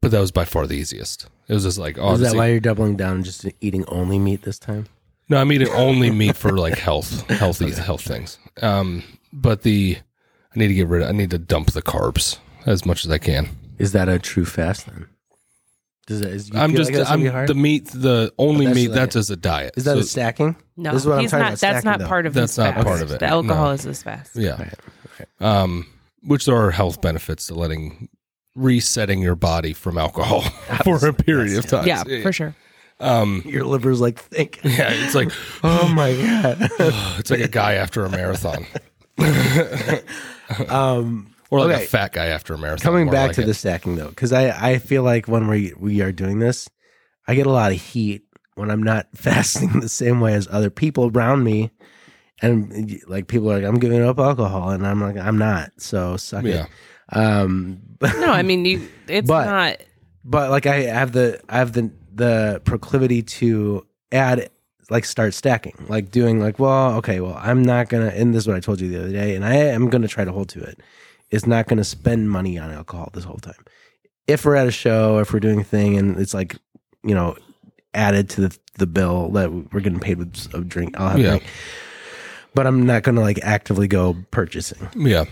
Speaker 1: but that was by far the easiest it was just like oh
Speaker 3: Is
Speaker 1: this
Speaker 3: that
Speaker 1: thing-
Speaker 3: why you're doubling down and just eating only meat this time?
Speaker 1: no i'm eating only meat for like health healthy health things um but the i need to get rid of i need to dump the carbs as much as i can
Speaker 3: Is that a true fast then? Does that, is, you
Speaker 1: i'm
Speaker 3: feel
Speaker 1: just
Speaker 3: like that's gonna
Speaker 1: i'm
Speaker 3: be hard?
Speaker 1: the meat the only
Speaker 3: that's
Speaker 1: meat
Speaker 3: like-
Speaker 1: that's as a diet
Speaker 3: is that
Speaker 1: So-
Speaker 3: a stacking?
Speaker 2: No,
Speaker 3: This is what I'm
Speaker 2: he's
Speaker 3: talking
Speaker 2: not. that's
Speaker 3: about, stacking,
Speaker 2: not
Speaker 3: though.
Speaker 2: part of.
Speaker 1: That's
Speaker 2: his
Speaker 1: not
Speaker 2: fast.
Speaker 1: part of it,
Speaker 2: The alcohol
Speaker 1: no.
Speaker 2: is his fast.
Speaker 1: yeah
Speaker 3: Right.
Speaker 1: um, which there are health benefits to letting resetting your body from alcohol for a period of time.
Speaker 2: Yeah, for sure.
Speaker 1: Um,
Speaker 3: Your liver's like think.
Speaker 1: yeah, it's like
Speaker 3: oh my god.
Speaker 1: it's like a guy after a marathon,
Speaker 3: um,
Speaker 1: or like
Speaker 3: Okay.
Speaker 1: a fat guy after a marathon.
Speaker 3: coming
Speaker 1: more
Speaker 3: back
Speaker 1: like
Speaker 3: to
Speaker 1: it.
Speaker 3: the stacking though, because I I feel like when we we are doing this, I get a lot of heat when I'm not fasting the same way as other people around me. And like people are like, I'm giving up alcohol, and I'm like, I'm not. So suck
Speaker 1: yeah,
Speaker 3: it. Um,
Speaker 2: No, I mean you. It's
Speaker 3: But-
Speaker 2: not.
Speaker 3: but like I have the I have the the proclivity to add like start stacking, like doing like well, okay, well I'm not gonna, and this is what I told you the other day, and I am gonna try to hold to it. It's not gonna spend money on alcohol this whole time. If we're at a show, if we're doing a thing, and it's like you know added to the the bill that we're getting paid with a drink, I'll have a
Speaker 1: Yeah.
Speaker 3: drink. But I'm not gonna like actively go purchasing
Speaker 1: yeah,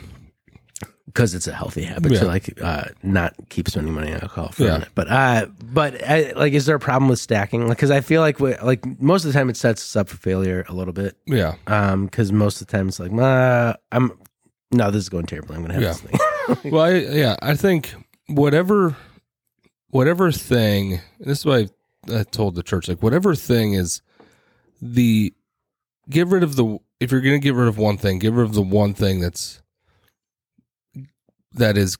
Speaker 3: because it's a healthy habit
Speaker 1: Yeah.
Speaker 3: to like uh, not keep spending money on alcohol for a
Speaker 1: Yeah.
Speaker 3: minute. But uh, but I, like, is there a problem with stacking? Like, because I feel like we, like most of the time it sets us up for failure a little bit.
Speaker 1: yeah.
Speaker 3: Um, because most of the time it's like, uh, I'm no, this is going terribly. I'm gonna have
Speaker 1: Yeah.
Speaker 3: this thing.
Speaker 1: Well, I, yeah, I think whatever, whatever thing. This is why I told the church like whatever thing is the get rid of the if you're going to get rid of one thing, get rid of the one thing that's that is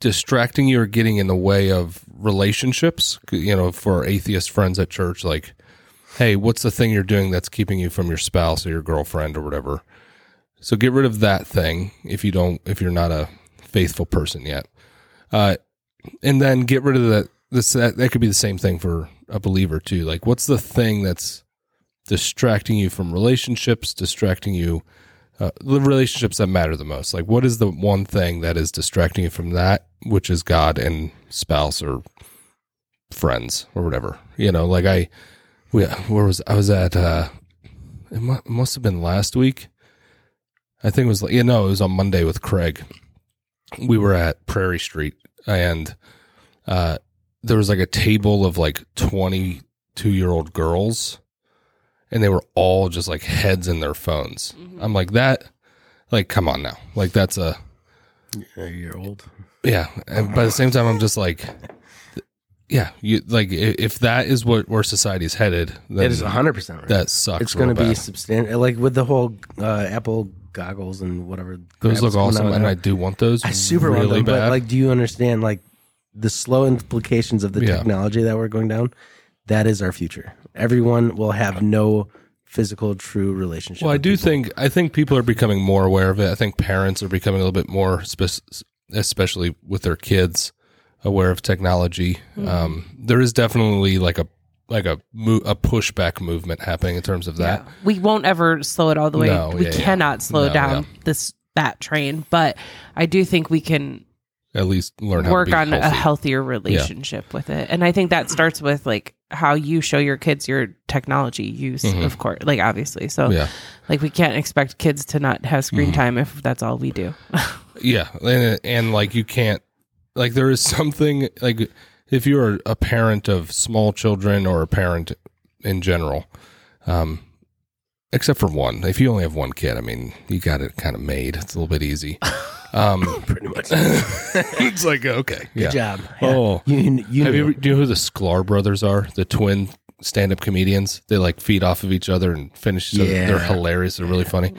Speaker 1: distracting you or getting in the way of relationships. You know, for our atheist friends at church, like, hey, what's the thing you're doing that's keeping you from your spouse or your girlfriend or whatever? So get rid of that thing if you don't if you're not a faithful person yet, uh, and then get rid of the this that, that could be the same thing for a believer too. Like, what's the thing that's distracting you from relationships, distracting you uh, the relationships that matter the most? Like, what is the one thing that is distracting you from that, which is God and spouse or friends or whatever? You know, like I we where was I was at uh, it mu- must have been last week. I think it was, you know, it was on Monday with Craig. We were at Prairie Street and uh, there was like a table of like 22 year old girls and they were all just like heads in their phones. I'm like, that, like, come on now. Like, that's a,
Speaker 3: You're old.
Speaker 1: yeah. And by the same time, I'm just like, yeah, you like, i- if that is what where society's headed, then
Speaker 3: It is 100 percent right.
Speaker 1: that sucks.
Speaker 3: it's gonna
Speaker 1: real
Speaker 3: be
Speaker 1: bad.
Speaker 3: substantial. Like with the whole uh, Apple goggles and whatever.
Speaker 1: those
Speaker 3: crap's
Speaker 1: look
Speaker 3: going on
Speaker 1: awesome.
Speaker 3: with
Speaker 1: And
Speaker 3: that.
Speaker 1: I do want those.
Speaker 3: I super
Speaker 1: really
Speaker 3: want them,
Speaker 1: bad.
Speaker 3: but like, do you understand like the slow implications of the
Speaker 1: Yeah.
Speaker 3: technology that we're going down? That is our future. Everyone will have no physical, true relationship.
Speaker 1: Well, I
Speaker 3: with
Speaker 1: do
Speaker 3: people.
Speaker 1: think I think people are becoming more aware of it. I think parents are becoming a little bit more, spe- especially with their kids, aware of technology. Um, there is definitely like a like a mo- a pushback movement happening in terms of that.
Speaker 2: Yeah. We won't ever slow it all the way.
Speaker 1: No,
Speaker 2: we
Speaker 1: yeah, yeah.
Speaker 2: cannot slow
Speaker 1: No,
Speaker 2: down this that train, but I do think we can
Speaker 1: At least learn how
Speaker 2: work
Speaker 1: to be
Speaker 2: on a
Speaker 1: healthy.
Speaker 2: healthier relationship with it. And I think that starts with like how you show your kids your technology use, of course, like obviously. So
Speaker 1: Mm-hmm. Yeah. Mm-hmm.
Speaker 2: like we can't expect kids to not have screen time if that's all we do.
Speaker 1: Yeah, and, and like you can't like there is something like if you're a parent of small children or a parent in general, um, except for one. If you only have one kid, I mean, you got it kind of made. It's a little bit easy. Um,
Speaker 3: Pretty much.
Speaker 1: it's like okay, yeah.
Speaker 3: Good job.
Speaker 1: Oh.
Speaker 3: Yeah. you, you,
Speaker 1: Have
Speaker 3: knew.
Speaker 1: you, do you know who the Sklar brothers are? The twin stand-up comedians. They like feed off of each other and finish each other.
Speaker 3: Yeah.
Speaker 1: They're hilarious. They're really funny.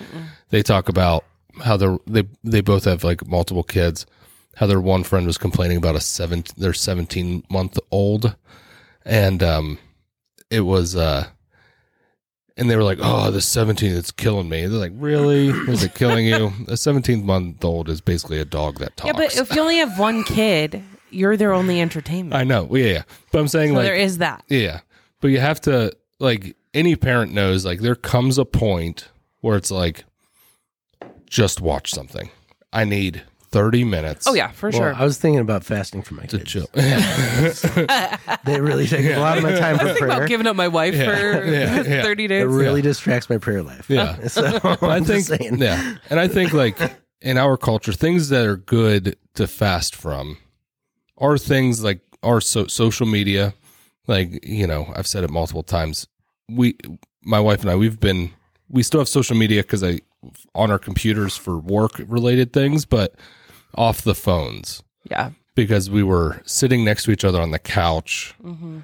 Speaker 1: They talk about how they're they they both have like multiple kids. How their one friend was complaining about a seven their seventeen month old, and um, it was uh. And they were like, "Oh, the 17 it's killing me." They're like, "Really? Is it killing you?" A 17 month old is basically a dog that
Speaker 2: Yeah,
Speaker 1: talks.
Speaker 2: but if you only have one kid, you're their only entertainment.
Speaker 1: I know, yeah, yeah. But I'm saying
Speaker 2: so
Speaker 1: like
Speaker 2: there is that.
Speaker 1: Yeah. But you have to like any parent knows like there comes a point where it's like just watch something. I need 30 minutes.
Speaker 2: Oh yeah, for
Speaker 3: Well,
Speaker 2: sure.
Speaker 3: I was thinking about fasting for my
Speaker 1: To
Speaker 3: kids.
Speaker 1: chill. Yeah.
Speaker 3: They really take a lot of my time for
Speaker 2: Think about
Speaker 3: prayer.
Speaker 2: giving up my wife
Speaker 1: Yeah,
Speaker 2: for
Speaker 1: yeah, yeah.
Speaker 2: 30
Speaker 3: It
Speaker 2: days.
Speaker 3: really distracts my prayer life.
Speaker 1: Yeah.
Speaker 3: So I'm
Speaker 1: I
Speaker 3: just
Speaker 1: think
Speaker 3: saying.
Speaker 1: yeah. And I think like in our culture things that are good to fast from are things like our so- social media like you know, I've said it multiple times. We my wife and I we've been we still have social media cuz I on our computers for work related things, but off the phones
Speaker 2: yeah.
Speaker 1: because we were sitting next to each other on the couch,
Speaker 2: Mhm.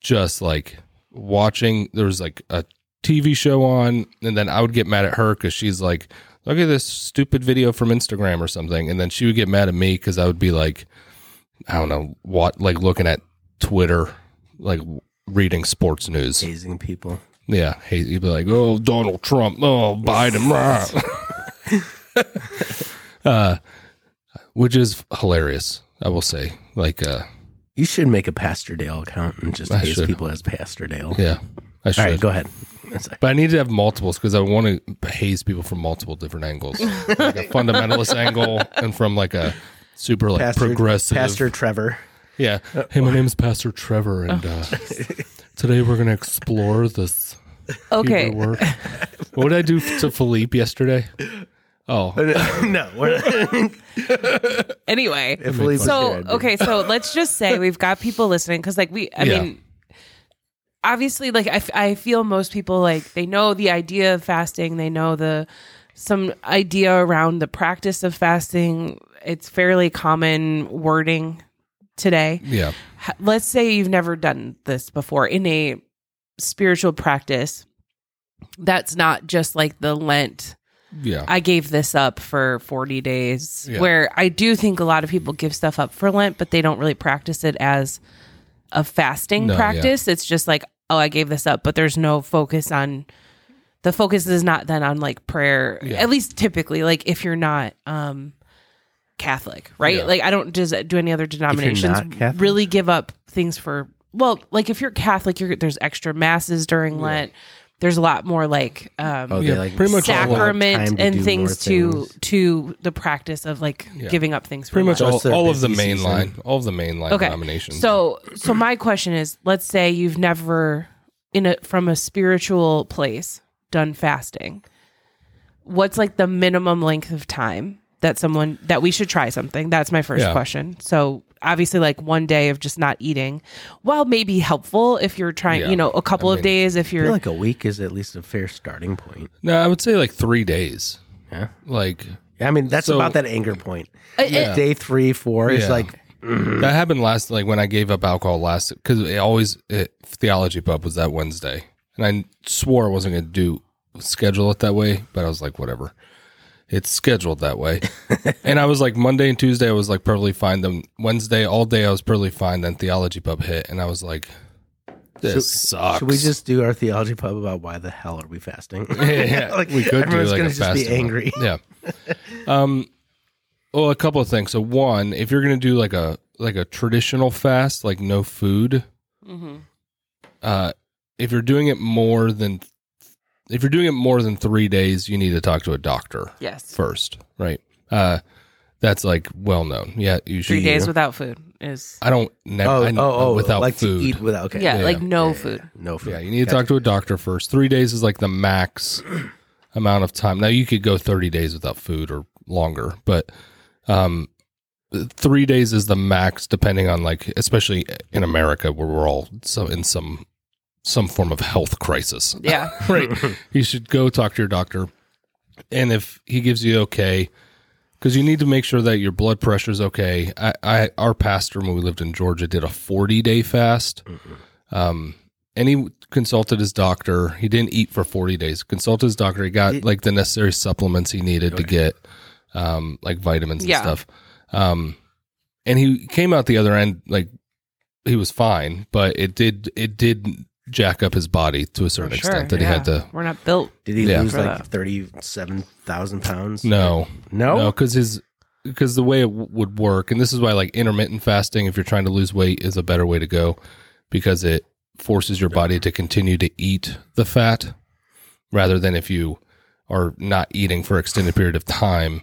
Speaker 1: just like watching. There was like a TV show on, and then I would get mad at her because she's like, "Look at this stupid video from Instagram or something," and then she would get mad at me because I would be like, "I don't know what," like looking at Twitter, like w- reading sports news.
Speaker 3: Hazing people.
Speaker 1: Yeah, hey, you'd be like, "Oh, Donald Trump, oh, Biden," rah." uh, which is hilarious. I will say, like, uh,
Speaker 3: You should make a Pastor Dale account and just
Speaker 1: I
Speaker 3: use
Speaker 1: should.
Speaker 3: people as Pastor Dale.
Speaker 1: yeah, I should.
Speaker 3: All right, go ahead. That's-
Speaker 1: But I need to have multiples because I want to haze people from multiple different angles, like a fundamentalist angle and from like a super like
Speaker 3: Pastor,
Speaker 1: progressive.
Speaker 3: Pastor Oh. Trevor.
Speaker 1: Yeah. Hey, my name is Pastor Trevor, and uh, today we're gonna explore this
Speaker 2: Okay.
Speaker 1: Hebrew word. What did I do to Philippe yesterday? Oh,
Speaker 3: no, we're
Speaker 2: Anyway.
Speaker 3: if Lee was here,
Speaker 2: so
Speaker 3: I'd be-
Speaker 2: okay so let's just say we've got people listening because like we i
Speaker 1: Yeah.
Speaker 2: mean obviously like I, f- I feel most people like they know the idea of fasting they know the some idea around the practice of fasting it's fairly common wording today
Speaker 1: yeah,
Speaker 2: H- let's say you've never done this before in a spiritual practice that's not just like the lent
Speaker 1: yeah.
Speaker 2: I gave this up for 40 days.
Speaker 1: Yeah.
Speaker 2: Where I do think a lot of people give stuff up for Lent, but they don't really practice it as a fasting
Speaker 1: No, yeah.
Speaker 2: practice. It's just like, oh, I gave this up, but there's no focus on the focus is not then on like prayer,
Speaker 1: Yeah.
Speaker 2: at least typically, like if you're not um Catholic, right?
Speaker 1: Yeah.
Speaker 2: Like I don't does do any other denominations
Speaker 3: not Catholic?
Speaker 2: really give up things for well, like if you're Catholic, you're there's extra masses during Lent. There's a lot more like um
Speaker 3: Oh, they
Speaker 1: Yeah,
Speaker 3: like
Speaker 1: pretty much all of-
Speaker 2: sacrament
Speaker 3: time to
Speaker 2: and
Speaker 3: do
Speaker 2: things,
Speaker 3: more
Speaker 2: to
Speaker 3: things.
Speaker 2: to the practice of like
Speaker 1: Yeah.
Speaker 2: giving up things for
Speaker 1: Pretty much
Speaker 2: love.
Speaker 1: all,
Speaker 3: What's their
Speaker 1: all of the
Speaker 3: busy
Speaker 1: main
Speaker 3: season?
Speaker 1: line, all of the main line
Speaker 2: okay
Speaker 1: denominations.
Speaker 2: so so my question is let's say you've never in a from a spiritual place done fasting what's like the minimum length of time that someone that we should try something that's my first
Speaker 1: Yeah.
Speaker 2: question so obviously like one day of just not eating while maybe helpful if you're trying
Speaker 1: Yeah.
Speaker 2: you know a couple of days if
Speaker 3: I
Speaker 2: you're
Speaker 3: feel like a week is at least a fair starting point.
Speaker 1: no, I would say like three days.
Speaker 3: Yeah.
Speaker 1: Like
Speaker 3: I mean, that's
Speaker 1: So-
Speaker 3: about that anger point.
Speaker 2: Uh, uh,
Speaker 3: Day three, four is
Speaker 1: Yeah.
Speaker 3: like
Speaker 1: That happened last, like when I gave up alcohol last, because it always it, theology pub was that Wednesday, and I swore I wasn't going to do schedule it that way, but I was like, whatever, it's scheduled that way, and I was like Monday and Tuesday I was like perfectly fine. Then Wednesday all day I was perfectly fine. Then theology pub hit, and I was like, this sucks.
Speaker 3: Should we just do our theology pub about why the hell are we fasting?
Speaker 1: Yeah,
Speaker 3: like
Speaker 1: we could do
Speaker 3: everyone's
Speaker 1: like
Speaker 3: gonna
Speaker 1: a
Speaker 3: just
Speaker 1: fast
Speaker 3: be
Speaker 1: one.
Speaker 3: angry.
Speaker 1: Yeah. Um. Well, a couple of things. So one, if you're going to do like a like a traditional fast, like no food.
Speaker 2: mhm.
Speaker 1: uh, if you're doing it more than if you're doing it more than three days, you need to talk to a doctor
Speaker 2: yes
Speaker 1: first, right? Uh, that's like well known. Yeah, you should.
Speaker 2: three days without food is
Speaker 1: I don't. Ne-
Speaker 3: Oh,
Speaker 1: I,
Speaker 3: oh, oh,
Speaker 1: without
Speaker 3: like
Speaker 1: food.
Speaker 3: to eat without. Okay,
Speaker 2: yeah,
Speaker 1: Yeah.
Speaker 2: like no
Speaker 3: Yeah,
Speaker 2: food.
Speaker 3: no food.
Speaker 1: yeah, you need to talk to a doctor first. Three days is like the max amount of time. Now you could go thirty days without food or longer, but um, three days is the max, depending on like, especially in America where we're all so in some some form of health crisis.
Speaker 2: Yeah.
Speaker 1: right. You should go talk to your doctor. And if he gives you okay, because you need to make sure that your blood pressure is okay. I, I our pastor when we lived in Georgia did a forty day fast, um, and he consulted his doctor. He didn't eat for forty days. Consulted his doctor. He got
Speaker 3: Did-
Speaker 1: like the necessary supplements he needed to
Speaker 3: Okay.
Speaker 1: get, um, like vitamins and
Speaker 2: Yeah.
Speaker 1: stuff. Um, and he came out the other end like he was fine, but it did it did jack up his body to a certain
Speaker 2: Oh, Sure,
Speaker 1: extent that he had
Speaker 2: yeah.
Speaker 1: to
Speaker 2: We're not built.
Speaker 3: Did he
Speaker 1: Yeah.
Speaker 3: lose
Speaker 2: For
Speaker 3: like
Speaker 2: that.
Speaker 3: thirty-seven thousand pounds?
Speaker 1: no
Speaker 3: no.
Speaker 1: No, because his because the way it w- would work, and this is why like intermittent fasting, if you're trying to lose weight, is a better way to go because it forces your body to continue to eat the fat rather than if you are not eating for extended period of time,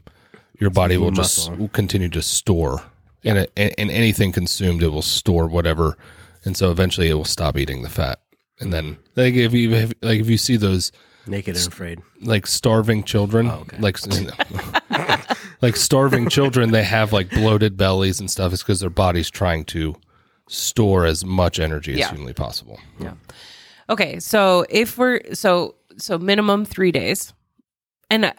Speaker 1: your body will just
Speaker 3: muscle.
Speaker 1: will continue to store. And, it, and and anything consumed, it will store whatever, and so eventually it will stop eating the fat. And then, like if you if, like if you see those
Speaker 3: Naked and afraid.
Speaker 1: like starving children,
Speaker 3: Oh,
Speaker 1: like like starving children, they have like bloated bellies and stuff. It's because their body's trying to store as much energy as
Speaker 2: Yeah.
Speaker 1: humanly possible.
Speaker 2: Okay, so if we're so so minimum three days, and uh,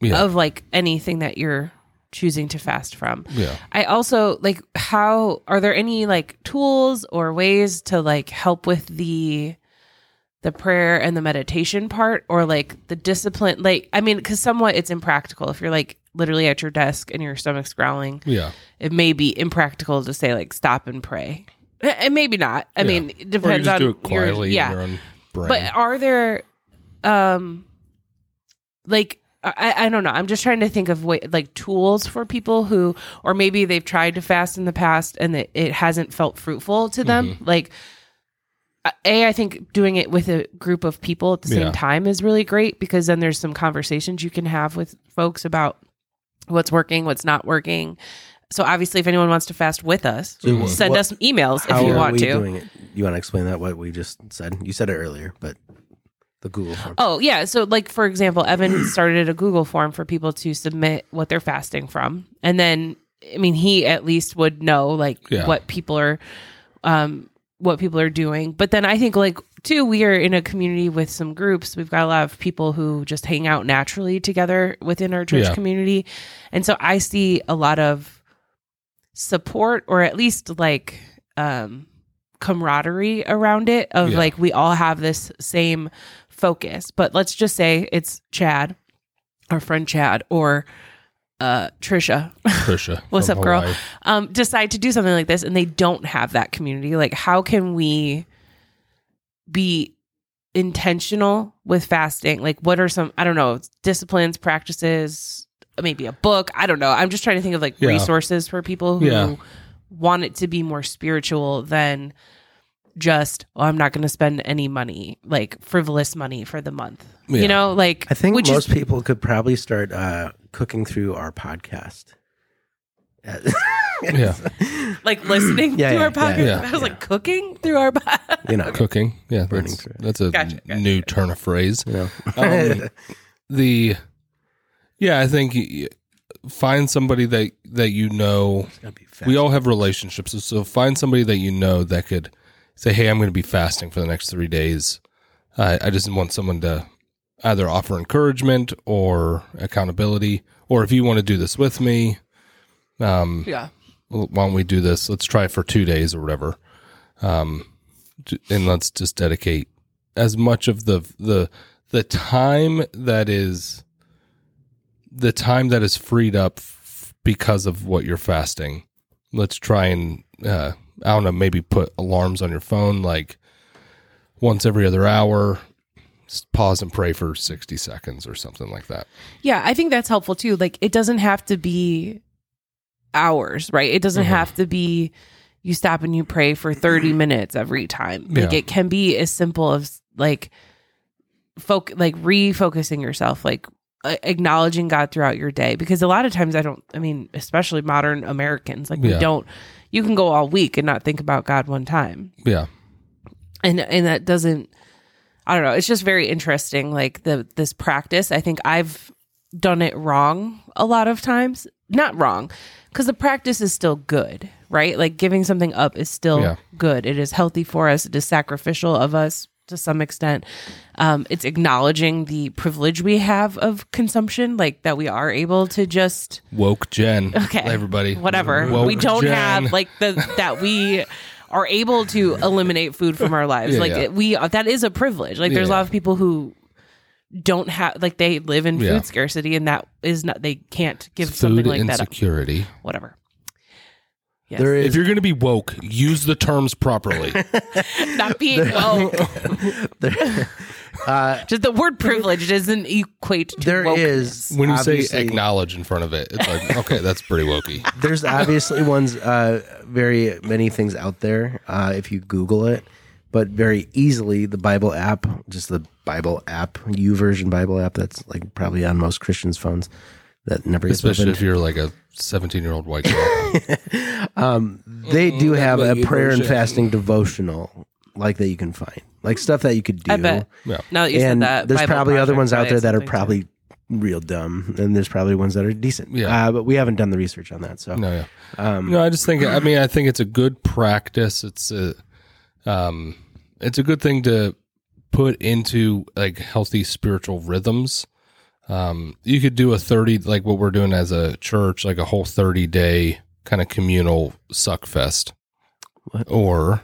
Speaker 1: Yeah.
Speaker 2: of like anything that you're choosing to fast from.
Speaker 1: Yeah.
Speaker 2: I also like how are there any like tools or ways to like help with the the prayer and the meditation part or like the discipline like I mean cuz somewhat it's impractical if you're like literally at your desk and your stomach's growling
Speaker 1: Yeah.
Speaker 2: it may be impractical to say like stop and pray and maybe not I mean it
Speaker 1: Or you
Speaker 2: depends
Speaker 1: just
Speaker 2: on
Speaker 1: do it quietly
Speaker 2: your, yeah
Speaker 1: in your own brain.
Speaker 2: but are there, um, like I, I don't know. I'm just trying to think of what like tools for people who, or maybe they've tried to fast in the past and it, it hasn't felt fruitful to them. Like, uh, a I think doing it with a group of people at the same
Speaker 1: Yeah.
Speaker 2: time is really great because then there's some conversations you can have with folks about what's working, what's not working. So obviously, if anyone wants to fast with us,
Speaker 3: So
Speaker 2: send
Speaker 3: what-
Speaker 2: us emails
Speaker 3: How
Speaker 2: if you
Speaker 3: are
Speaker 2: want
Speaker 3: we
Speaker 2: to.
Speaker 3: doing it? You want to explain that? What we just said? You said it earlier, but the Google form.
Speaker 2: Oh, yeah. So, like, for example, Evan started a Google form for people to submit what they're fasting from. And then, I mean, he at least would know, like,
Speaker 1: Yeah.
Speaker 2: what people are, um, what people are doing. But then I think, like, too, we are in a community with some groups. We've got a lot of people who just hang out naturally together within our church
Speaker 1: Yeah.
Speaker 2: community. And so I see a lot of support or at least, like, um, camaraderie around it of
Speaker 1: Yeah.
Speaker 2: like we all have this same focus but let's just say it's chad our friend chad or uh trisha
Speaker 1: Trisha,
Speaker 2: What's
Speaker 1: from
Speaker 2: up, girl?
Speaker 1: Hawaii.
Speaker 2: um decide to do something like this and they don't have that community like how can we be intentional with fasting like what are some i don't know disciplines practices maybe a book i don't know i'm just trying to think of like
Speaker 1: Yeah.
Speaker 2: resources for people who
Speaker 1: Yeah.
Speaker 2: want it to be more spiritual than just oh i'm not going to spend any money like frivolous money for the month
Speaker 1: Yeah.
Speaker 2: you know like
Speaker 3: I think
Speaker 2: which
Speaker 3: most
Speaker 2: is,
Speaker 3: people could probably start uh, cooking through our podcast. Uh,
Speaker 1: Yeah.
Speaker 2: like listening
Speaker 3: Yeah,
Speaker 2: to
Speaker 3: yeah,
Speaker 2: our podcast
Speaker 1: yeah,
Speaker 2: i
Speaker 3: yeah.
Speaker 2: was like cooking through our podcast
Speaker 3: you know,
Speaker 1: Cooking. Yeah.
Speaker 3: Burning
Speaker 1: That's,
Speaker 3: through it.
Speaker 1: that's a
Speaker 2: Gotcha, gotcha,
Speaker 1: new turn of phrase.
Speaker 3: you know.
Speaker 1: Um, the yeah, I think y- y- find somebody that that you know
Speaker 3: Gotta be fast.
Speaker 1: we all have relationships. So- So find somebody that you know that could say, Hey, I'm going to be fasting for the next three days. I I just want someone to either offer encouragement or accountability, or if you want to do this with me, um,
Speaker 2: yeah
Speaker 1: why don't we do this? Let's try it for two days or whatever. Um, t- and let's just dedicate as much of the, the, the time that is the time that is freed up f- because of what you're fasting. Let's try and, uh, I don't know, maybe put alarms on your phone, like once every other hour, s- pause and pray for 60 seconds or something like that.
Speaker 2: Yeah, I think that's helpful too. Like it doesn't have to be hours, right? It
Speaker 1: Mm-hmm.
Speaker 2: doesn't have to be you stop and you pray for 30 minutes every time. Like
Speaker 1: Yeah.
Speaker 2: it can be as simple as like folk like refocusing yourself, like a- acknowledging God throughout your day because a lot of times I don't I mean, especially modern Americans, like we
Speaker 1: Yeah.
Speaker 2: don't you can go all week and not think about God one time
Speaker 1: Yeah.
Speaker 2: and and that doesn't i don't know it's just very interesting like the this practice i think i've done it wrong a lot of times not wrong because the practice is still good right? Like giving something up is still
Speaker 1: Yeah.
Speaker 2: good. It is healthy for us. It is sacrificial of us to some extent. Um, it's acknowledging the privilege we have of consumption, like that we are able to just
Speaker 1: Woke Jen.
Speaker 2: okay,
Speaker 1: Everybody.
Speaker 2: whatever.
Speaker 1: Woke
Speaker 2: we don't
Speaker 1: Jen.
Speaker 2: have like the that we are able to eliminate food from our lives.
Speaker 1: Yeah,
Speaker 2: like
Speaker 1: yeah.
Speaker 2: it- we that is a privilege. Like there's a lot of people who don't have like they live in food
Speaker 1: Yeah.
Speaker 2: scarcity and that is not they can't give something
Speaker 1: food
Speaker 2: like that up.
Speaker 1: insecurity.
Speaker 2: Whatever. Yes.
Speaker 3: There
Speaker 1: If
Speaker 3: is
Speaker 1: you're going to be woke, use the terms properly.
Speaker 2: not being woke.
Speaker 3: there, uh,
Speaker 2: Just the word privilege doesn't equate to
Speaker 3: there
Speaker 2: wokeness.
Speaker 3: is
Speaker 1: When you say
Speaker 3: obviously-
Speaker 1: acknowledge in front of it, it's like, okay, that's pretty wokey.
Speaker 3: there's obviously ones uh, very many things out there uh, if you google it but very easily the bible app just the bible app u version bible app that's like probably on most christians phones that never gets
Speaker 1: Especially
Speaker 3: opened
Speaker 1: if you're like a 17 year old white girl.
Speaker 3: they
Speaker 2: Mm,
Speaker 3: do have a
Speaker 1: you
Speaker 3: prayer and
Speaker 1: version.
Speaker 3: fasting devotional like that you can find like stuff that you could do
Speaker 2: I bet.
Speaker 1: Yeah.
Speaker 2: Now that you
Speaker 3: and
Speaker 2: said that,
Speaker 3: there's
Speaker 2: Bible
Speaker 3: probably other
Speaker 2: Project
Speaker 3: ones out there
Speaker 2: has
Speaker 3: that are
Speaker 2: something to-
Speaker 3: probably real dumb and there's probably ones that are decent
Speaker 1: Yeah.
Speaker 3: uh, but we haven't done the research on that so um,
Speaker 1: No, yeah. no, I just think, I mean, I think it's a good practice. It's a, um, it's a good thing to put into like healthy spiritual rhythms. Um, you could do a 30, like what we're doing as a church, like a whole 30 day kind of communal suck fest.
Speaker 3: What?
Speaker 1: Or,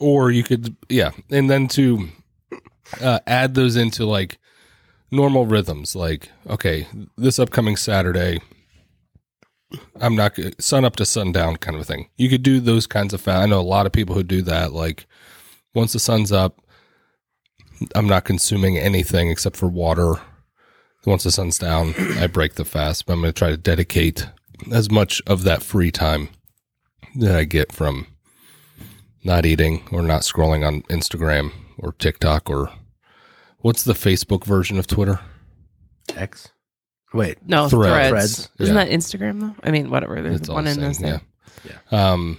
Speaker 1: or you could, yeah. And then to uh, add those into like normal rhythms, like, okay, this upcoming Saturday, I'm not g- sun up to sundown kind of a thing. You could do those kinds of. Fa- I know a lot of people who do that. Like once the sun's up, I'm not consuming anything except for water. Once the sun's down, I break the fast, but I'm going to try to dedicate as much of that free time that I get from not eating or not scrolling on Instagram or TikTok or what's the Facebook version of Twitter?
Speaker 3: x wait
Speaker 2: No,
Speaker 1: Threads.
Speaker 2: Oh, threads.
Speaker 3: Threads.
Speaker 2: Isn't
Speaker 1: Yeah.
Speaker 2: that Instagram though? I mean, whatever. There's
Speaker 1: It's all
Speaker 2: one
Speaker 1: the
Speaker 2: in
Speaker 1: same,
Speaker 2: this thing.
Speaker 1: Yeah. Um,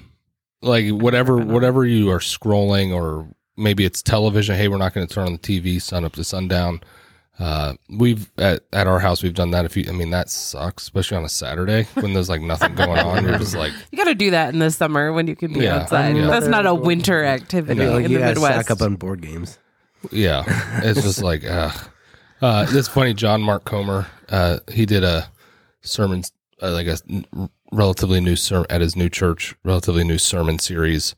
Speaker 1: like whatever,
Speaker 2: been on.
Speaker 1: whatever you are scrolling, or maybe it's television. Hey, we're not going to turn on the TV sun up to sundown. Uh, we've at, at our house we've done that. If you, I mean, that sucks, especially on a Saturday when there's like nothing going on. You're just like,
Speaker 2: You got to do that in the summer when you can be
Speaker 1: Yeah.
Speaker 2: outside.
Speaker 1: Yeah.
Speaker 2: That's not a winter activity
Speaker 3: Maybe, like,
Speaker 2: in
Speaker 3: you
Speaker 2: the
Speaker 3: gotta
Speaker 2: Midwest.
Speaker 3: stock up on board games
Speaker 1: yeah, it's just like, ugh. uh, it's funny. John Mark Comer, uh, he did a sermon, uh, like a n- relatively new sermon at his new church, relatively new sermon series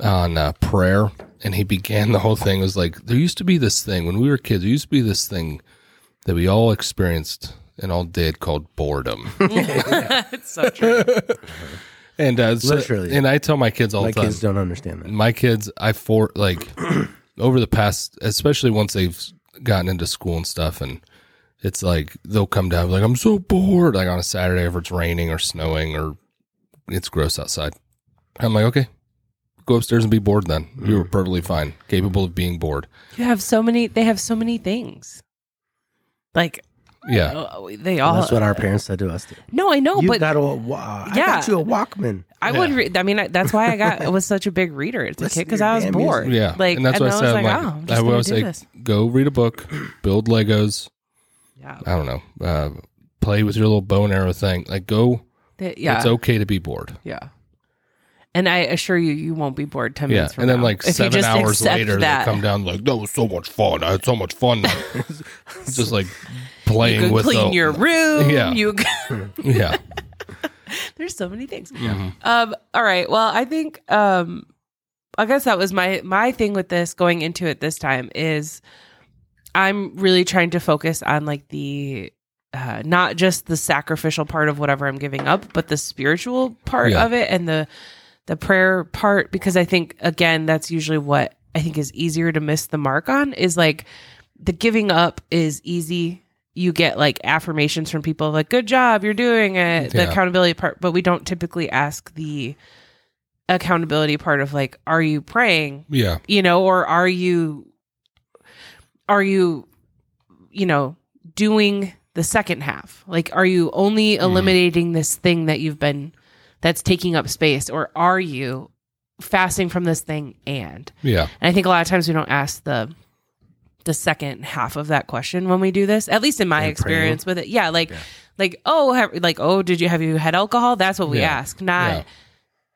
Speaker 1: on uh, prayer, and he began the whole thing it was like there used to be this thing when we were kids. There used to be this thing that we all experienced and all did called boredom,
Speaker 2: it's so true.
Speaker 1: and uh, so-
Speaker 3: Literally.
Speaker 1: And I tell my kids all
Speaker 3: my
Speaker 1: the time,
Speaker 3: kids don't understand that
Speaker 1: my kids i for like over the past especially once they've gotten into school and stuff and it's like they'll come down like i'm so bored like on a saturday if it's raining or snowing or it's gross outside i'm like okay go upstairs and be bored then
Speaker 2: Mm-hmm.
Speaker 1: you were perfectly fine capable of being bored
Speaker 2: You have so many. They have so many things. Like
Speaker 1: yeah
Speaker 2: oh, they all.
Speaker 3: That's what our parents said to us. Too.
Speaker 2: no, I know,
Speaker 3: you
Speaker 2: but
Speaker 3: got a wa- I
Speaker 2: Yeah.
Speaker 3: got you a Walkman.
Speaker 2: I would. Re- I mean, I, that's why I got. I was such a big reader as a kid
Speaker 3: Listen to
Speaker 2: because
Speaker 3: your
Speaker 2: I was
Speaker 3: damn
Speaker 2: bored.
Speaker 3: music.
Speaker 1: yeah
Speaker 2: Like,
Speaker 1: and that's
Speaker 2: and
Speaker 1: why
Speaker 2: I
Speaker 1: i
Speaker 2: was
Speaker 1: said
Speaker 2: like,
Speaker 1: like,
Speaker 2: oh, I'm just
Speaker 1: i would
Speaker 2: gonna
Speaker 1: always
Speaker 2: do
Speaker 1: say
Speaker 2: this.
Speaker 1: go read a book build legos
Speaker 2: Yeah.
Speaker 1: i don't know uh, play with your little bow and arrow thing like go
Speaker 2: They- yeah.
Speaker 1: it's okay to be bored
Speaker 2: Yeah. And I assure you, you won't be bored ten
Speaker 1: Yeah,
Speaker 2: minutes from
Speaker 1: and then
Speaker 2: now.
Speaker 1: like
Speaker 2: If you
Speaker 1: seven
Speaker 2: just
Speaker 1: hours
Speaker 2: accept
Speaker 1: later,
Speaker 2: that.
Speaker 1: they come down like that was so much fun. I had so much fun, just like playing
Speaker 2: You can
Speaker 1: with
Speaker 2: clean
Speaker 1: the,
Speaker 2: your room.
Speaker 1: Yeah.
Speaker 2: You.
Speaker 1: yeah,
Speaker 2: There's so many things. Um, all right. Well, I think um I guess that was my my thing with this going into it this time is I'm really trying to focus on like the uh, not just the sacrificial part of whatever I'm giving up, but the spiritual part
Speaker 1: Yeah.
Speaker 2: of it and the the prayer part because I think again that's usually what I think is easier to miss the mark on is like the giving up is easy. You get like affirmations from people like good job, you're doing it,
Speaker 1: Yeah.
Speaker 2: the accountability part, but we don't typically ask the accountability part of like are you praying,
Speaker 1: yeah,
Speaker 2: you know, or are you are you you know, doing the second half? Like are you only eliminating this thing that you've been that's taking up space or are you fasting from this thing and
Speaker 1: yeah,
Speaker 2: and I think a lot of times we don't ask the the second half of that question when we do this. At least in my
Speaker 3: And praying.
Speaker 2: experience with it. Yeah, like like oh have, like oh did you have you had alcohol that's what we
Speaker 1: Yeah.
Speaker 2: ask not
Speaker 1: Yeah.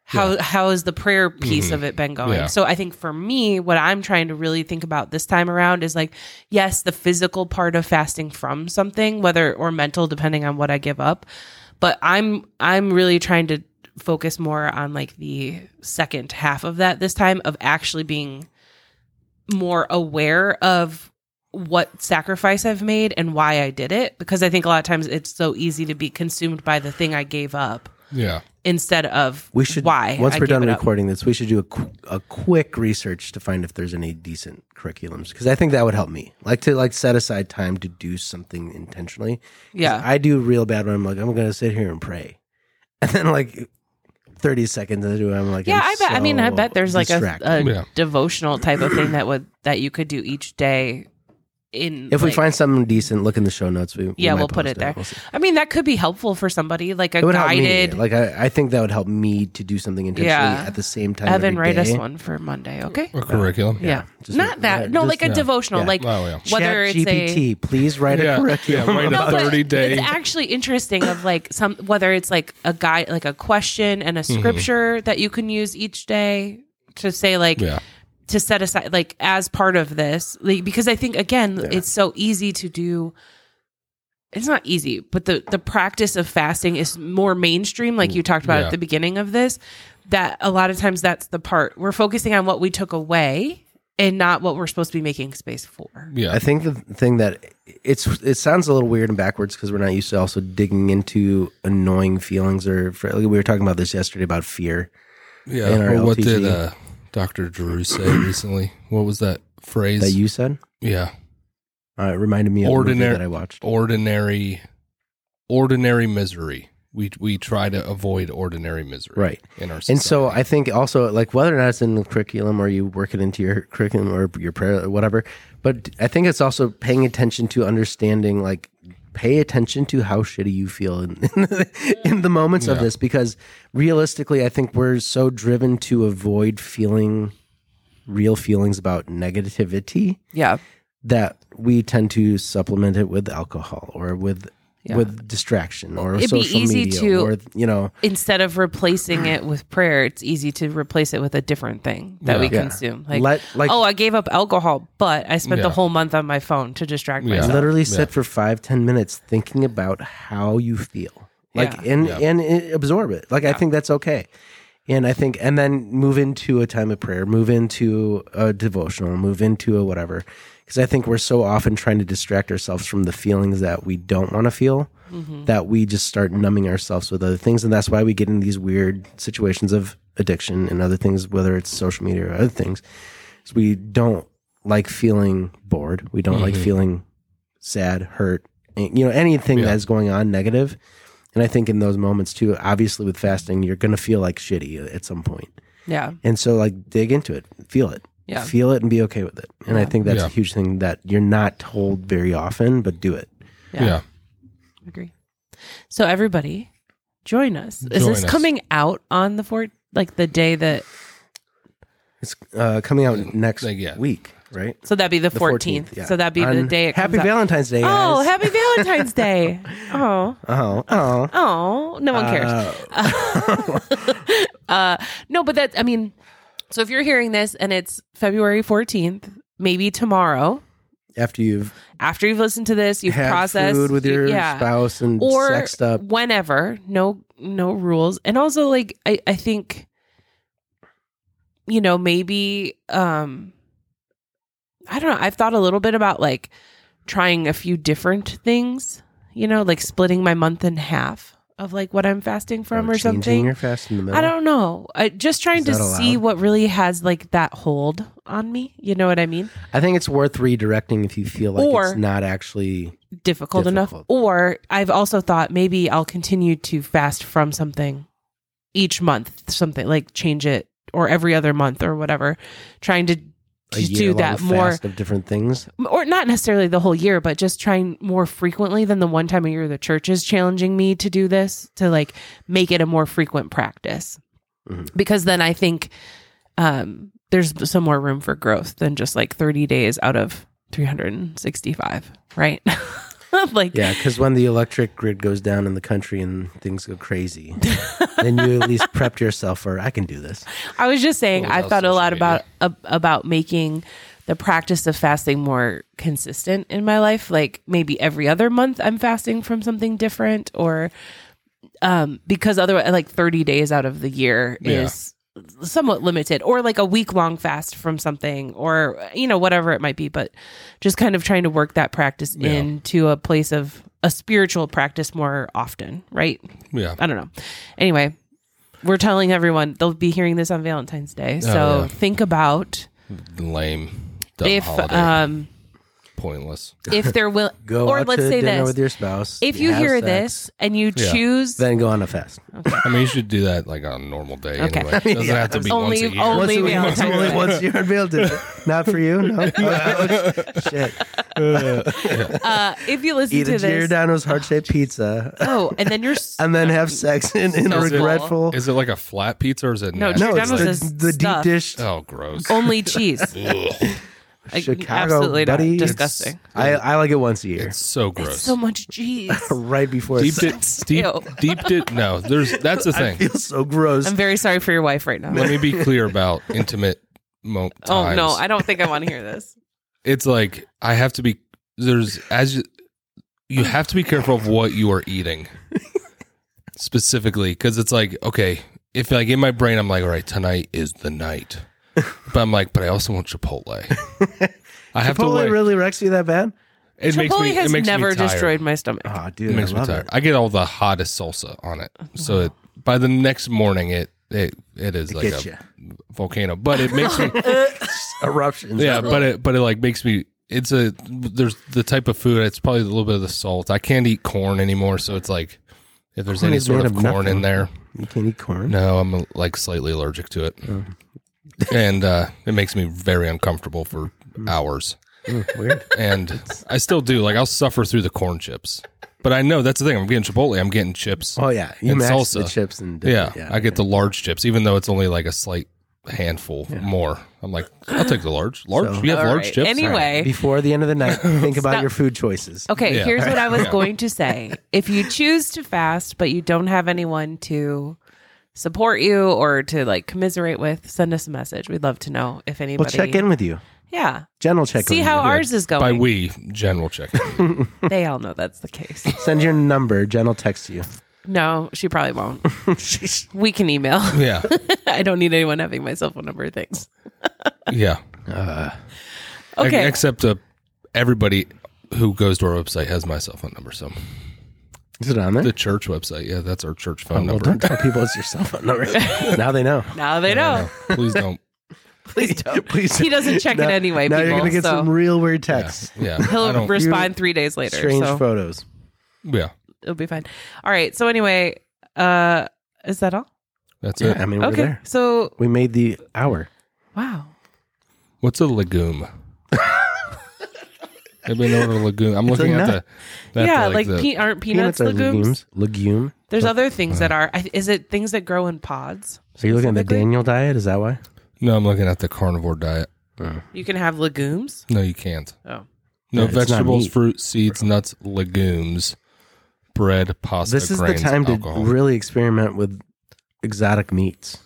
Speaker 2: how how has the prayer piece
Speaker 1: Mhm.
Speaker 2: of it been going
Speaker 1: Yeah.
Speaker 2: so i think for me what i'm trying to really think about this time around is like yes the physical part of fasting from something whether or mental depending on what i give up but i'm i'm really trying to focus more on like the second half of that this time of actually being more aware of what sacrifice I've made and why I did it because I think a lot of times it's so easy to be consumed by the thing I gave up
Speaker 1: Yeah.
Speaker 2: instead of
Speaker 3: We should
Speaker 2: why
Speaker 3: once
Speaker 2: I
Speaker 3: we're
Speaker 2: gave
Speaker 3: done
Speaker 2: it up.
Speaker 3: recording this, we should do a, qu- a quick research to find if there's any decent curriculums because I think that would help me. Like to like set aside time to do something intentionally. 'Cause
Speaker 2: Yeah.
Speaker 3: I do real bad when I'm like I'm going to sit here and pray, and then like thirty seconds into it, I'm like
Speaker 2: yeah,
Speaker 3: I'm
Speaker 2: I bet. I mean, I
Speaker 3: so
Speaker 2: bet there's like a,
Speaker 3: distracted.
Speaker 2: a
Speaker 1: Yeah.
Speaker 2: devotional type of thing that would that you could do each day. In
Speaker 3: if we
Speaker 2: like-
Speaker 3: find something decent, look in the show notes. We, we
Speaker 2: Yeah,
Speaker 3: might
Speaker 2: we'll put
Speaker 3: post
Speaker 2: it there.
Speaker 3: We'll see.
Speaker 2: I mean, that could be helpful for somebody like a
Speaker 3: It would help me.
Speaker 2: guided.
Speaker 3: Like I, I think that would help me to do something intentionally
Speaker 2: Yeah.
Speaker 3: at the same time.
Speaker 2: Evan,
Speaker 3: every
Speaker 2: write us
Speaker 3: day.
Speaker 2: one for Monday, okay?
Speaker 1: A curriculum.
Speaker 2: Yeah,
Speaker 3: Just-
Speaker 2: not that.
Speaker 3: yeah,
Speaker 2: no,
Speaker 3: just-
Speaker 2: like a
Speaker 3: yeah.
Speaker 2: devotional,
Speaker 3: Yeah.
Speaker 2: like
Speaker 1: Oh, yeah.
Speaker 2: whether
Speaker 3: Chat
Speaker 2: it's a
Speaker 3: GPT, please write
Speaker 1: Yeah,
Speaker 3: a
Speaker 1: yeah,
Speaker 3: curriculum.
Speaker 1: write a
Speaker 3: about
Speaker 2: No, but
Speaker 1: 30 day.
Speaker 2: It's actually interesting of like some whether it's like a guy like a question and a
Speaker 1: Mm-hmm.
Speaker 2: scripture that you can use each day to say like
Speaker 1: Yeah.
Speaker 2: to set aside like as part of this like, because I think again it's so easy to do it's not easy but the the practice of fasting is more mainstream like you talked about
Speaker 1: Mm, Yeah.
Speaker 2: at the beginning of this that a lot of times that's the part we're focusing on what we took away and not what we're supposed to be making space for
Speaker 1: Yeah.
Speaker 3: I think the thing that it's it sounds a little weird and backwards because we're not used to also digging into annoying feelings or fr- like we were talking about this yesterday about fear.
Speaker 1: Yeah.
Speaker 3: in our
Speaker 1: Well, what
Speaker 3: LTG.
Speaker 1: did uh, Dr. Drew say recently? What was that phrase?
Speaker 3: that you said.
Speaker 1: yeah.
Speaker 3: Uh, it reminded me of Ordinary.
Speaker 1: Ordinary-
Speaker 3: that I watched.
Speaker 1: Ordinary, ordinary misery. We, we try to avoid ordinary misery
Speaker 3: Right.
Speaker 1: in our society.
Speaker 3: And so I think also like whether or not it's in the curriculum or you work it into your curriculum or your prayer or whatever, but I think it's also paying attention to understanding like pay attention to how shitty you feel in, in the moments of this because realistically I think we're so driven to avoid feeling real feelings about negativity
Speaker 2: yeah
Speaker 3: that we tend to supplement it with alcohol or with with distraction or
Speaker 2: It'd be
Speaker 3: social
Speaker 2: easy
Speaker 3: media
Speaker 2: to-
Speaker 3: or you know
Speaker 2: instead of replacing it with prayer, it's easy to replace it with a different thing that we
Speaker 3: Yeah.
Speaker 2: consume. Like,
Speaker 3: Let- like-
Speaker 2: oh, I gave up alcohol, but I spent the
Speaker 1: Yeah.
Speaker 2: whole month on my phone to distract
Speaker 1: Yeah.
Speaker 2: myself.
Speaker 3: literally sit for five ten minutes thinking about how you feel like
Speaker 2: Yeah.
Speaker 3: and
Speaker 1: Yeah.
Speaker 3: and i- absorb it like i think that's okay and i think and then move into a time of prayer move into a devotional move into a whatever because i think we're so often trying to distract ourselves from the feelings that we don't want to feel
Speaker 2: Mm-hmm.
Speaker 3: that we just start numbing ourselves with other things and that's why we get in these weird situations of addiction and other things whether it's social media or other things is we don't like feeling bored we don't
Speaker 1: Mm-hmm.
Speaker 3: like feeling sad, hurt, and, you know, anything
Speaker 1: Yeah.
Speaker 3: that's going on negative. And I think in those moments too, obviously with fasting, you're going to feel like shitty at some point.
Speaker 2: Yeah.
Speaker 3: And so like dig into it, feel it,
Speaker 2: Yeah.
Speaker 3: feel it and be okay with it. And I think that's
Speaker 1: Yeah.
Speaker 3: a huge thing that you're not told very often, but do it.
Speaker 2: Yeah.
Speaker 1: yeah.
Speaker 2: Agree. So everybody, join us. Is
Speaker 1: Join
Speaker 2: this
Speaker 1: us.
Speaker 2: coming out on the fourth, like the day that?
Speaker 3: It's uh, coming out next
Speaker 1: Like, yeah.
Speaker 3: week, right?
Speaker 2: So that'd be the
Speaker 3: The
Speaker 2: fourteenth.
Speaker 3: yeah.
Speaker 2: So that'd be the
Speaker 3: On-
Speaker 2: day. It
Speaker 3: Happy
Speaker 2: comes out.
Speaker 3: Valentine's Day.
Speaker 2: Oh,
Speaker 3: guys.
Speaker 2: happy Valentine's Day! Oh,
Speaker 3: oh, oh.
Speaker 2: oh, no one cares.
Speaker 3: Uh,
Speaker 2: uh no but that i mean so if you're hearing this and it's february 14th maybe tomorrow
Speaker 3: after you've
Speaker 2: after you've listened to this you've
Speaker 3: had
Speaker 2: processed
Speaker 3: food with your
Speaker 2: yeah
Speaker 3: spouse and
Speaker 2: or
Speaker 3: sexed up,
Speaker 2: whenever no no rules and also like i i think you know maybe um i don't know i've thought a little bit about like trying a few different things you know like splitting my month in half of like what i'm fasting from or
Speaker 3: uh, changing
Speaker 2: something
Speaker 3: your fast in the middle.
Speaker 2: I don't know. I just trying
Speaker 3: Is
Speaker 2: to
Speaker 3: that
Speaker 2: see
Speaker 3: allowed?
Speaker 2: what really has like that hold on me. You know what I mean?
Speaker 3: I think it's worth redirecting if you feel like
Speaker 2: Or-
Speaker 3: it's not actually.
Speaker 2: Difficult, enough.
Speaker 3: Difficult.
Speaker 2: Or I've also thought maybe I'll continue to fast from something each month, something like change it or every other month or whatever, trying to
Speaker 3: A
Speaker 2: just
Speaker 3: year
Speaker 2: do that more
Speaker 3: of different things.
Speaker 2: or not necessarily the whole year, but just trying more frequently than the one time a year the church is challenging me to do this to like make it a more frequent practice.
Speaker 3: Mhm.
Speaker 2: Because then I think um, there's some more room for growth than just like 30 days out of 365, right? like
Speaker 3: Yeah, because when the electric grid goes down in the country and things go crazy, then you at least prepped yourself for I can do this.
Speaker 2: I was just saying,
Speaker 1: What was
Speaker 2: I
Speaker 1: on
Speaker 2: thought a
Speaker 1: social
Speaker 2: lot
Speaker 1: media?
Speaker 2: about ab- about making the practice of fasting more consistent in my life. Like maybe every other month, I'm fasting from something different, or um, because otherwise, like 30 days out of the year
Speaker 1: Yeah.
Speaker 2: is somewhat limited, or like a week long fast from something, or you know whatever it might be. But just kind of trying to work that practice
Speaker 1: Yeah.
Speaker 2: into a place of a spiritual practice more often, right?
Speaker 1: Yeah.
Speaker 2: I don't know. Anyway, we're telling everyone they'll be hearing this on Valentine's Day.
Speaker 3: Oh,
Speaker 2: So
Speaker 1: yeah.
Speaker 2: think about
Speaker 1: Lame. Dumb
Speaker 2: if
Speaker 1: holiday.
Speaker 2: um
Speaker 1: Pointless.
Speaker 2: if they're will
Speaker 3: Go
Speaker 2: or
Speaker 3: out
Speaker 2: let's
Speaker 3: to
Speaker 2: say
Speaker 3: dinner
Speaker 2: this
Speaker 3: with your spouse.
Speaker 2: if you
Speaker 3: have
Speaker 2: hear
Speaker 3: sex,
Speaker 2: this and you
Speaker 1: Yeah.
Speaker 2: choose
Speaker 3: then go on a fast.
Speaker 1: I mean, you should do that like on a normal day
Speaker 2: Okay.
Speaker 1: anyway. It doesn't
Speaker 3: Yeah.
Speaker 1: have to be
Speaker 2: Only-
Speaker 1: once a year.
Speaker 2: only-
Speaker 3: Once a week,
Speaker 2: Valentine's
Speaker 3: only
Speaker 2: Day.
Speaker 3: once a year on Valentine's Day. Not for you, no. Oh, Shit.
Speaker 2: uh if you listen
Speaker 3: Eat a
Speaker 2: to this
Speaker 3: Giordano's heart shaped pizza,
Speaker 2: oh and then you're s-
Speaker 3: and then have sex in, in a
Speaker 1: Is it-
Speaker 3: regretful.
Speaker 1: Is it like a flat pizza or is it
Speaker 2: No,
Speaker 1: natural?
Speaker 3: no, it's
Speaker 2: Giordano's
Speaker 3: the,
Speaker 2: is
Speaker 3: the deep
Speaker 2: stuffed.
Speaker 3: dish
Speaker 1: Oh, gross.
Speaker 2: only cheese Like,
Speaker 3: Chicago,
Speaker 2: absolutely
Speaker 3: buddy.
Speaker 2: not
Speaker 3: It's-
Speaker 2: disgusting
Speaker 3: I, I like it once a year,
Speaker 1: It's so gross.
Speaker 2: so much cheese
Speaker 3: right before
Speaker 1: deep
Speaker 3: sex.
Speaker 1: it, deep,
Speaker 2: Ew.
Speaker 1: deep it. No, there's that's the
Speaker 3: I
Speaker 1: thing.
Speaker 3: feel so gross.
Speaker 2: I'm very sorry for your wife right now
Speaker 1: Let me be clear about intimate mo-
Speaker 2: oh
Speaker 1: times.
Speaker 2: no I don't think I want to hear this
Speaker 1: it's like I have to be there's as you, you have to be careful of what you are eating specifically because it's like okay if like in my brain I'm like all right tonight is the night but I'm like but I also want Chipotle I have to
Speaker 3: Chipotle
Speaker 1: like,
Speaker 3: really wrecks you that bad?
Speaker 1: it makes
Speaker 2: Chipotle
Speaker 1: me
Speaker 2: has
Speaker 1: it makes
Speaker 2: never
Speaker 1: me tired.
Speaker 2: destroyed my stomach
Speaker 3: Oh,
Speaker 1: it
Speaker 3: dude, I
Speaker 1: makes me
Speaker 3: love
Speaker 1: tired
Speaker 3: it.
Speaker 1: I get all the hottest salsa on it so it, by the next morning it it it is like
Speaker 3: Get
Speaker 1: a
Speaker 3: you
Speaker 1: volcano but it makes me
Speaker 3: eruptions.
Speaker 1: yeah but it but it like makes me it's a there's the type of food it's probably a little bit of the salt i can't eat corn anymore so it's like if there's
Speaker 3: Corn
Speaker 1: any
Speaker 3: is
Speaker 1: sort
Speaker 3: made
Speaker 1: of
Speaker 3: of
Speaker 1: corn in
Speaker 3: nothing.
Speaker 1: there
Speaker 3: you can't eat corn.
Speaker 1: no i'm like slightly allergic to it
Speaker 3: Oh.
Speaker 1: and uh it makes me very uncomfortable for hours
Speaker 3: Mm, weird.
Speaker 1: and i still do like i'll suffer through the corn chips but i know that's the thing i'm getting chipotle i'm getting chips
Speaker 3: Oh yeah, you
Speaker 1: And
Speaker 3: mash the
Speaker 1: salsa.
Speaker 3: chips and dip it.
Speaker 1: yeah, i get the large chips even though it's only like a slight handful more i'm like i'll take the large large
Speaker 3: So-
Speaker 1: you have
Speaker 2: All
Speaker 1: large
Speaker 2: right.
Speaker 1: chips
Speaker 2: anyway
Speaker 3: Before the end of the night, think about
Speaker 2: Stop.
Speaker 3: your food choices.
Speaker 2: Okay,
Speaker 1: Yeah.
Speaker 2: here's what I was going to say. If you choose to fast, but you don't have anyone to support you or to like commiserate with, send us a message. We'd love to know if anybody.
Speaker 3: We'll check in with you.
Speaker 2: Yeah.
Speaker 3: Jen will check.
Speaker 2: See
Speaker 3: with
Speaker 2: how
Speaker 3: you.
Speaker 2: ours is going.
Speaker 1: by we general check
Speaker 2: They all know that's the case.
Speaker 3: Send your number. Jen will text you.
Speaker 2: No, she probably won't. We can email.
Speaker 1: Yeah.
Speaker 2: I don't need anyone having my cell phone number. Thanks.
Speaker 1: Yeah.
Speaker 2: Okay.
Speaker 1: Except uh, everybody who goes to our website has my cell phone number. So
Speaker 3: Is it on there?
Speaker 1: the church website. Yeah. That's our church phone
Speaker 3: Oh, well,
Speaker 1: number.
Speaker 3: don't tell people it's your cell phone number. now they know.
Speaker 2: Now they know.
Speaker 1: Please don't.
Speaker 2: Please don't.
Speaker 3: Please.
Speaker 2: He doesn't check
Speaker 3: Now-
Speaker 2: it anyway.
Speaker 3: Now
Speaker 2: people,
Speaker 3: you're gonna get
Speaker 2: so
Speaker 3: some real weird texts,
Speaker 1: Yeah. I
Speaker 2: He'll
Speaker 1: don't-
Speaker 2: respond three days later.
Speaker 3: strange
Speaker 2: so
Speaker 3: photos.
Speaker 1: yeah.
Speaker 2: it'll be fine. All right. So anyway, uh, is that all?
Speaker 1: That's
Speaker 3: Yeah,
Speaker 1: it.
Speaker 3: I mean we're
Speaker 2: Okay.
Speaker 3: there.
Speaker 2: So
Speaker 3: We made the hour.
Speaker 2: Wow.
Speaker 1: What's a legume? Anybody know what a legume? I'm looking
Speaker 3: a
Speaker 1: at
Speaker 3: nut.
Speaker 1: the. at
Speaker 2: yeah,
Speaker 1: the,
Speaker 2: like
Speaker 1: the-
Speaker 2: pe- aren't peanuts,
Speaker 3: are
Speaker 2: legumes?
Speaker 3: Legume.
Speaker 2: There's other things that are. I- Is it things that grow in pods?
Speaker 3: So you're looking at the
Speaker 2: Specifically?
Speaker 3: Daniel diet? Is that why?
Speaker 1: no, I'm looking at the carnivore diet.
Speaker 2: You can have legumes.
Speaker 1: No, you can't.
Speaker 2: Oh,
Speaker 1: No
Speaker 3: Yeah, it's not
Speaker 1: vegetables,
Speaker 3: meat.
Speaker 1: fruit, seeds, nuts, legumes, bread, pasta,
Speaker 3: this is
Speaker 1: grains,
Speaker 3: the time to
Speaker 1: alcohol.
Speaker 3: really experiment with exotic meats.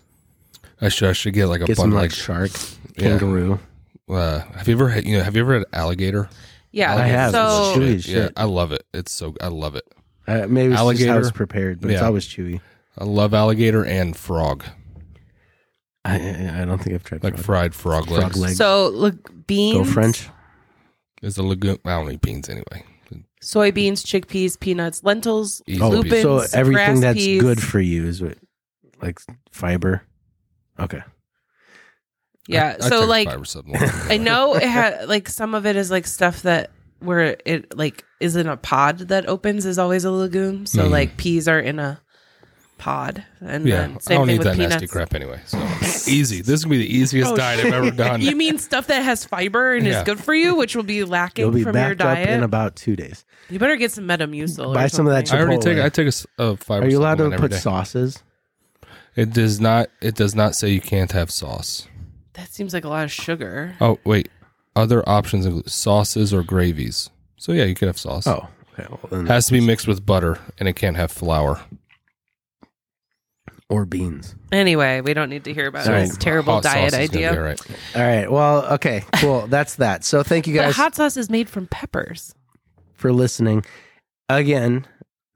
Speaker 1: I should I should get like a
Speaker 3: Get
Speaker 1: bun
Speaker 3: some like
Speaker 1: like.
Speaker 3: shark,
Speaker 1: Yeah.
Speaker 3: kangaroo.
Speaker 1: uh, have you ever had, you know have you ever had alligator?
Speaker 2: yeah.
Speaker 3: I have.
Speaker 2: So
Speaker 3: It's chewy as
Speaker 1: Yeah,
Speaker 3: shit.
Speaker 1: I love it. It's so I love it.
Speaker 3: Uh, maybe it's just how
Speaker 1: Alligator.
Speaker 3: it's prepared, but it's
Speaker 1: Yeah.
Speaker 3: always chewy.
Speaker 1: I love alligator and frog,
Speaker 3: I, I- I don't think I've tried
Speaker 1: like
Speaker 3: frog.
Speaker 1: fried frog legs.
Speaker 3: Frog leg.
Speaker 2: so look,
Speaker 3: Go
Speaker 2: beans,
Speaker 3: French.
Speaker 1: Is a legume. I don't eat beans anyway.
Speaker 2: soybeans, chickpeas, peanuts, lentils,
Speaker 1: Easy
Speaker 3: Oh,
Speaker 1: peasy.
Speaker 2: lupins,
Speaker 3: so everything
Speaker 2: grass
Speaker 3: that's
Speaker 2: peas.
Speaker 3: good for you is what, like fiber. Okay,
Speaker 2: Yeah.
Speaker 1: I
Speaker 2: so
Speaker 1: take
Speaker 2: like,
Speaker 1: fiber supplements
Speaker 2: I
Speaker 1: anyway.
Speaker 2: know it had like some of it is like stuff that where it like is in a pod that opens is always a legume. So
Speaker 1: Mhm.
Speaker 2: like peas are in a pod, and
Speaker 1: Yeah,
Speaker 2: then
Speaker 1: I
Speaker 2: same
Speaker 1: don't
Speaker 2: thing
Speaker 1: eat
Speaker 2: with
Speaker 1: that
Speaker 2: peanuts.
Speaker 1: nasty crap anyway. So easy. This is gonna be the easiest
Speaker 2: Oh,
Speaker 1: diet I've ever done.
Speaker 2: You mean stuff that has fiber and
Speaker 1: Yeah.
Speaker 2: is good for you, which will be lacking
Speaker 3: you'll be
Speaker 2: from your
Speaker 3: backed up
Speaker 2: diet?
Speaker 3: in about two days.
Speaker 2: you better get some Metamucil. or
Speaker 3: Buy some of that
Speaker 1: I
Speaker 2: something.
Speaker 1: already
Speaker 3: Chipotle.
Speaker 1: take. I take a, s- a fiber.
Speaker 3: Are you allowed to
Speaker 1: supplement every
Speaker 3: put
Speaker 1: day.
Speaker 3: sauces?
Speaker 1: It does not. It does not say you can't have sauce.
Speaker 2: That seems like a lot of sugar.
Speaker 1: Oh wait, other options include sauces or gravies. So yeah, you could have sauce.
Speaker 3: Oh, Okay. Well,
Speaker 2: Mm.
Speaker 3: then
Speaker 1: Has to be mixed with butter, and it can't have flour.
Speaker 3: or beans.
Speaker 2: Anyway, we don't need to hear about
Speaker 3: Sorry.
Speaker 2: this terrible
Speaker 1: Hot sauce
Speaker 2: diet
Speaker 1: is gonna be
Speaker 2: idea.
Speaker 1: all right.
Speaker 3: All right. Well, okay. Cool. That's that. So thank you
Speaker 2: But
Speaker 3: guys
Speaker 2: hot sauce is made from peppers.
Speaker 3: for listening. Again,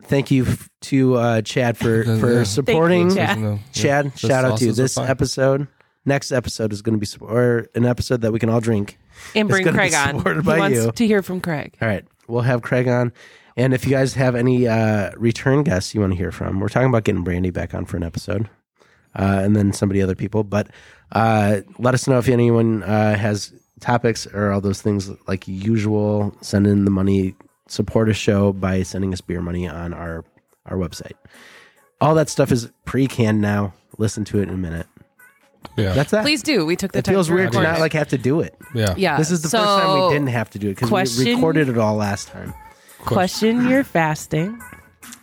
Speaker 3: thank you f- to uh, Chad for
Speaker 1: Yeah. Thank
Speaker 3: for
Speaker 1: you,
Speaker 3: supporting
Speaker 2: Chad. Yeah.
Speaker 1: Isn't the-
Speaker 3: Chad.
Speaker 1: yeah, the
Speaker 3: shout out to you.
Speaker 1: sauces are
Speaker 3: This
Speaker 1: fine.
Speaker 3: episode, next episode is going to be sup- or an episode that we can all drink.
Speaker 2: And
Speaker 3: It's
Speaker 2: bring
Speaker 3: gonna be
Speaker 2: Craig on.
Speaker 3: supported
Speaker 2: He
Speaker 3: by
Speaker 2: wants
Speaker 3: you.
Speaker 2: to hear from Craig.
Speaker 3: All right, we'll have Craig on. And if you guys have any uh, return guests you want to hear from, we're talking about getting Brandy back on for an episode, uh, and then somebody other people. But uh, let us know if anyone uh, has topics or all those things like usual. Send in the money, support a show by sending us beer money on our our website. All that stuff is pre canned now. Listen to it in a minute.
Speaker 1: Yeah.
Speaker 3: That's that.
Speaker 2: Please do. We took the
Speaker 3: it
Speaker 2: time.
Speaker 3: feels
Speaker 2: to
Speaker 3: weird to
Speaker 2: record.
Speaker 3: not like have to do it.
Speaker 1: yeah.
Speaker 2: Yeah.
Speaker 3: This is the first time we didn't have to do it because
Speaker 2: question-
Speaker 3: we recorded it all last time.
Speaker 2: question your fasting.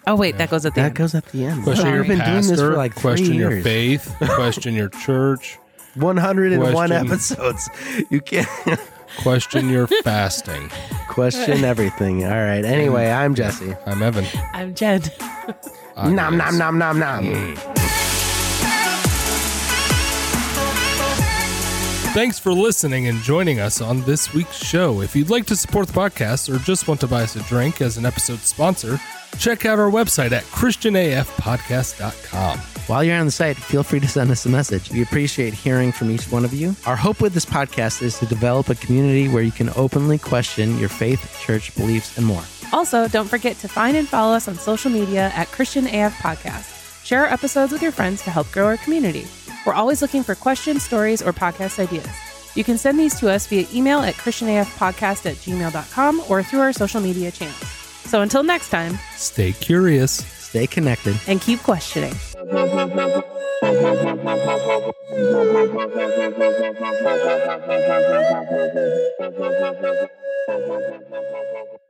Speaker 2: Oh wait, that goes at the
Speaker 3: That
Speaker 2: end.
Speaker 3: goes at the end.
Speaker 1: Question
Speaker 2: Sorry.
Speaker 1: your
Speaker 2: We've been
Speaker 1: pastor,
Speaker 3: doing this for like three
Speaker 1: question your
Speaker 3: years.
Speaker 1: faith, question your church,
Speaker 3: 101
Speaker 1: Question.
Speaker 3: episodes. You can't
Speaker 1: question your fasting.
Speaker 3: question everything. All right. Anyway, I'm Jesse.
Speaker 1: I'm Evan.
Speaker 2: I'm Jen.
Speaker 1: Adios.
Speaker 3: Nom nom nom nom nom.
Speaker 1: Thanks for listening and joining us on this week's show. If you'd like to support the podcast or just want to buy us a drink as an episode sponsor, check out our website at christianafpodcast.com.
Speaker 5: While you're on the site, feel free to send us a message. We appreciate hearing from each one of you. Our hope with this podcast is to develop a community where you can openly question your faith, church beliefs, and more.
Speaker 2: Also, don't forget to find and follow us on social media at Christian AF Podcast. Share our episodes with your friends to help grow our community. We're always looking for questions, stories, or podcast ideas. You can send these to us via email at christianafpodcast at gmail.com or through our social media channels. So until next time,
Speaker 1: Stay curious.
Speaker 5: Stay connected.
Speaker 2: and keep questioning.
Speaker 6: Thank you.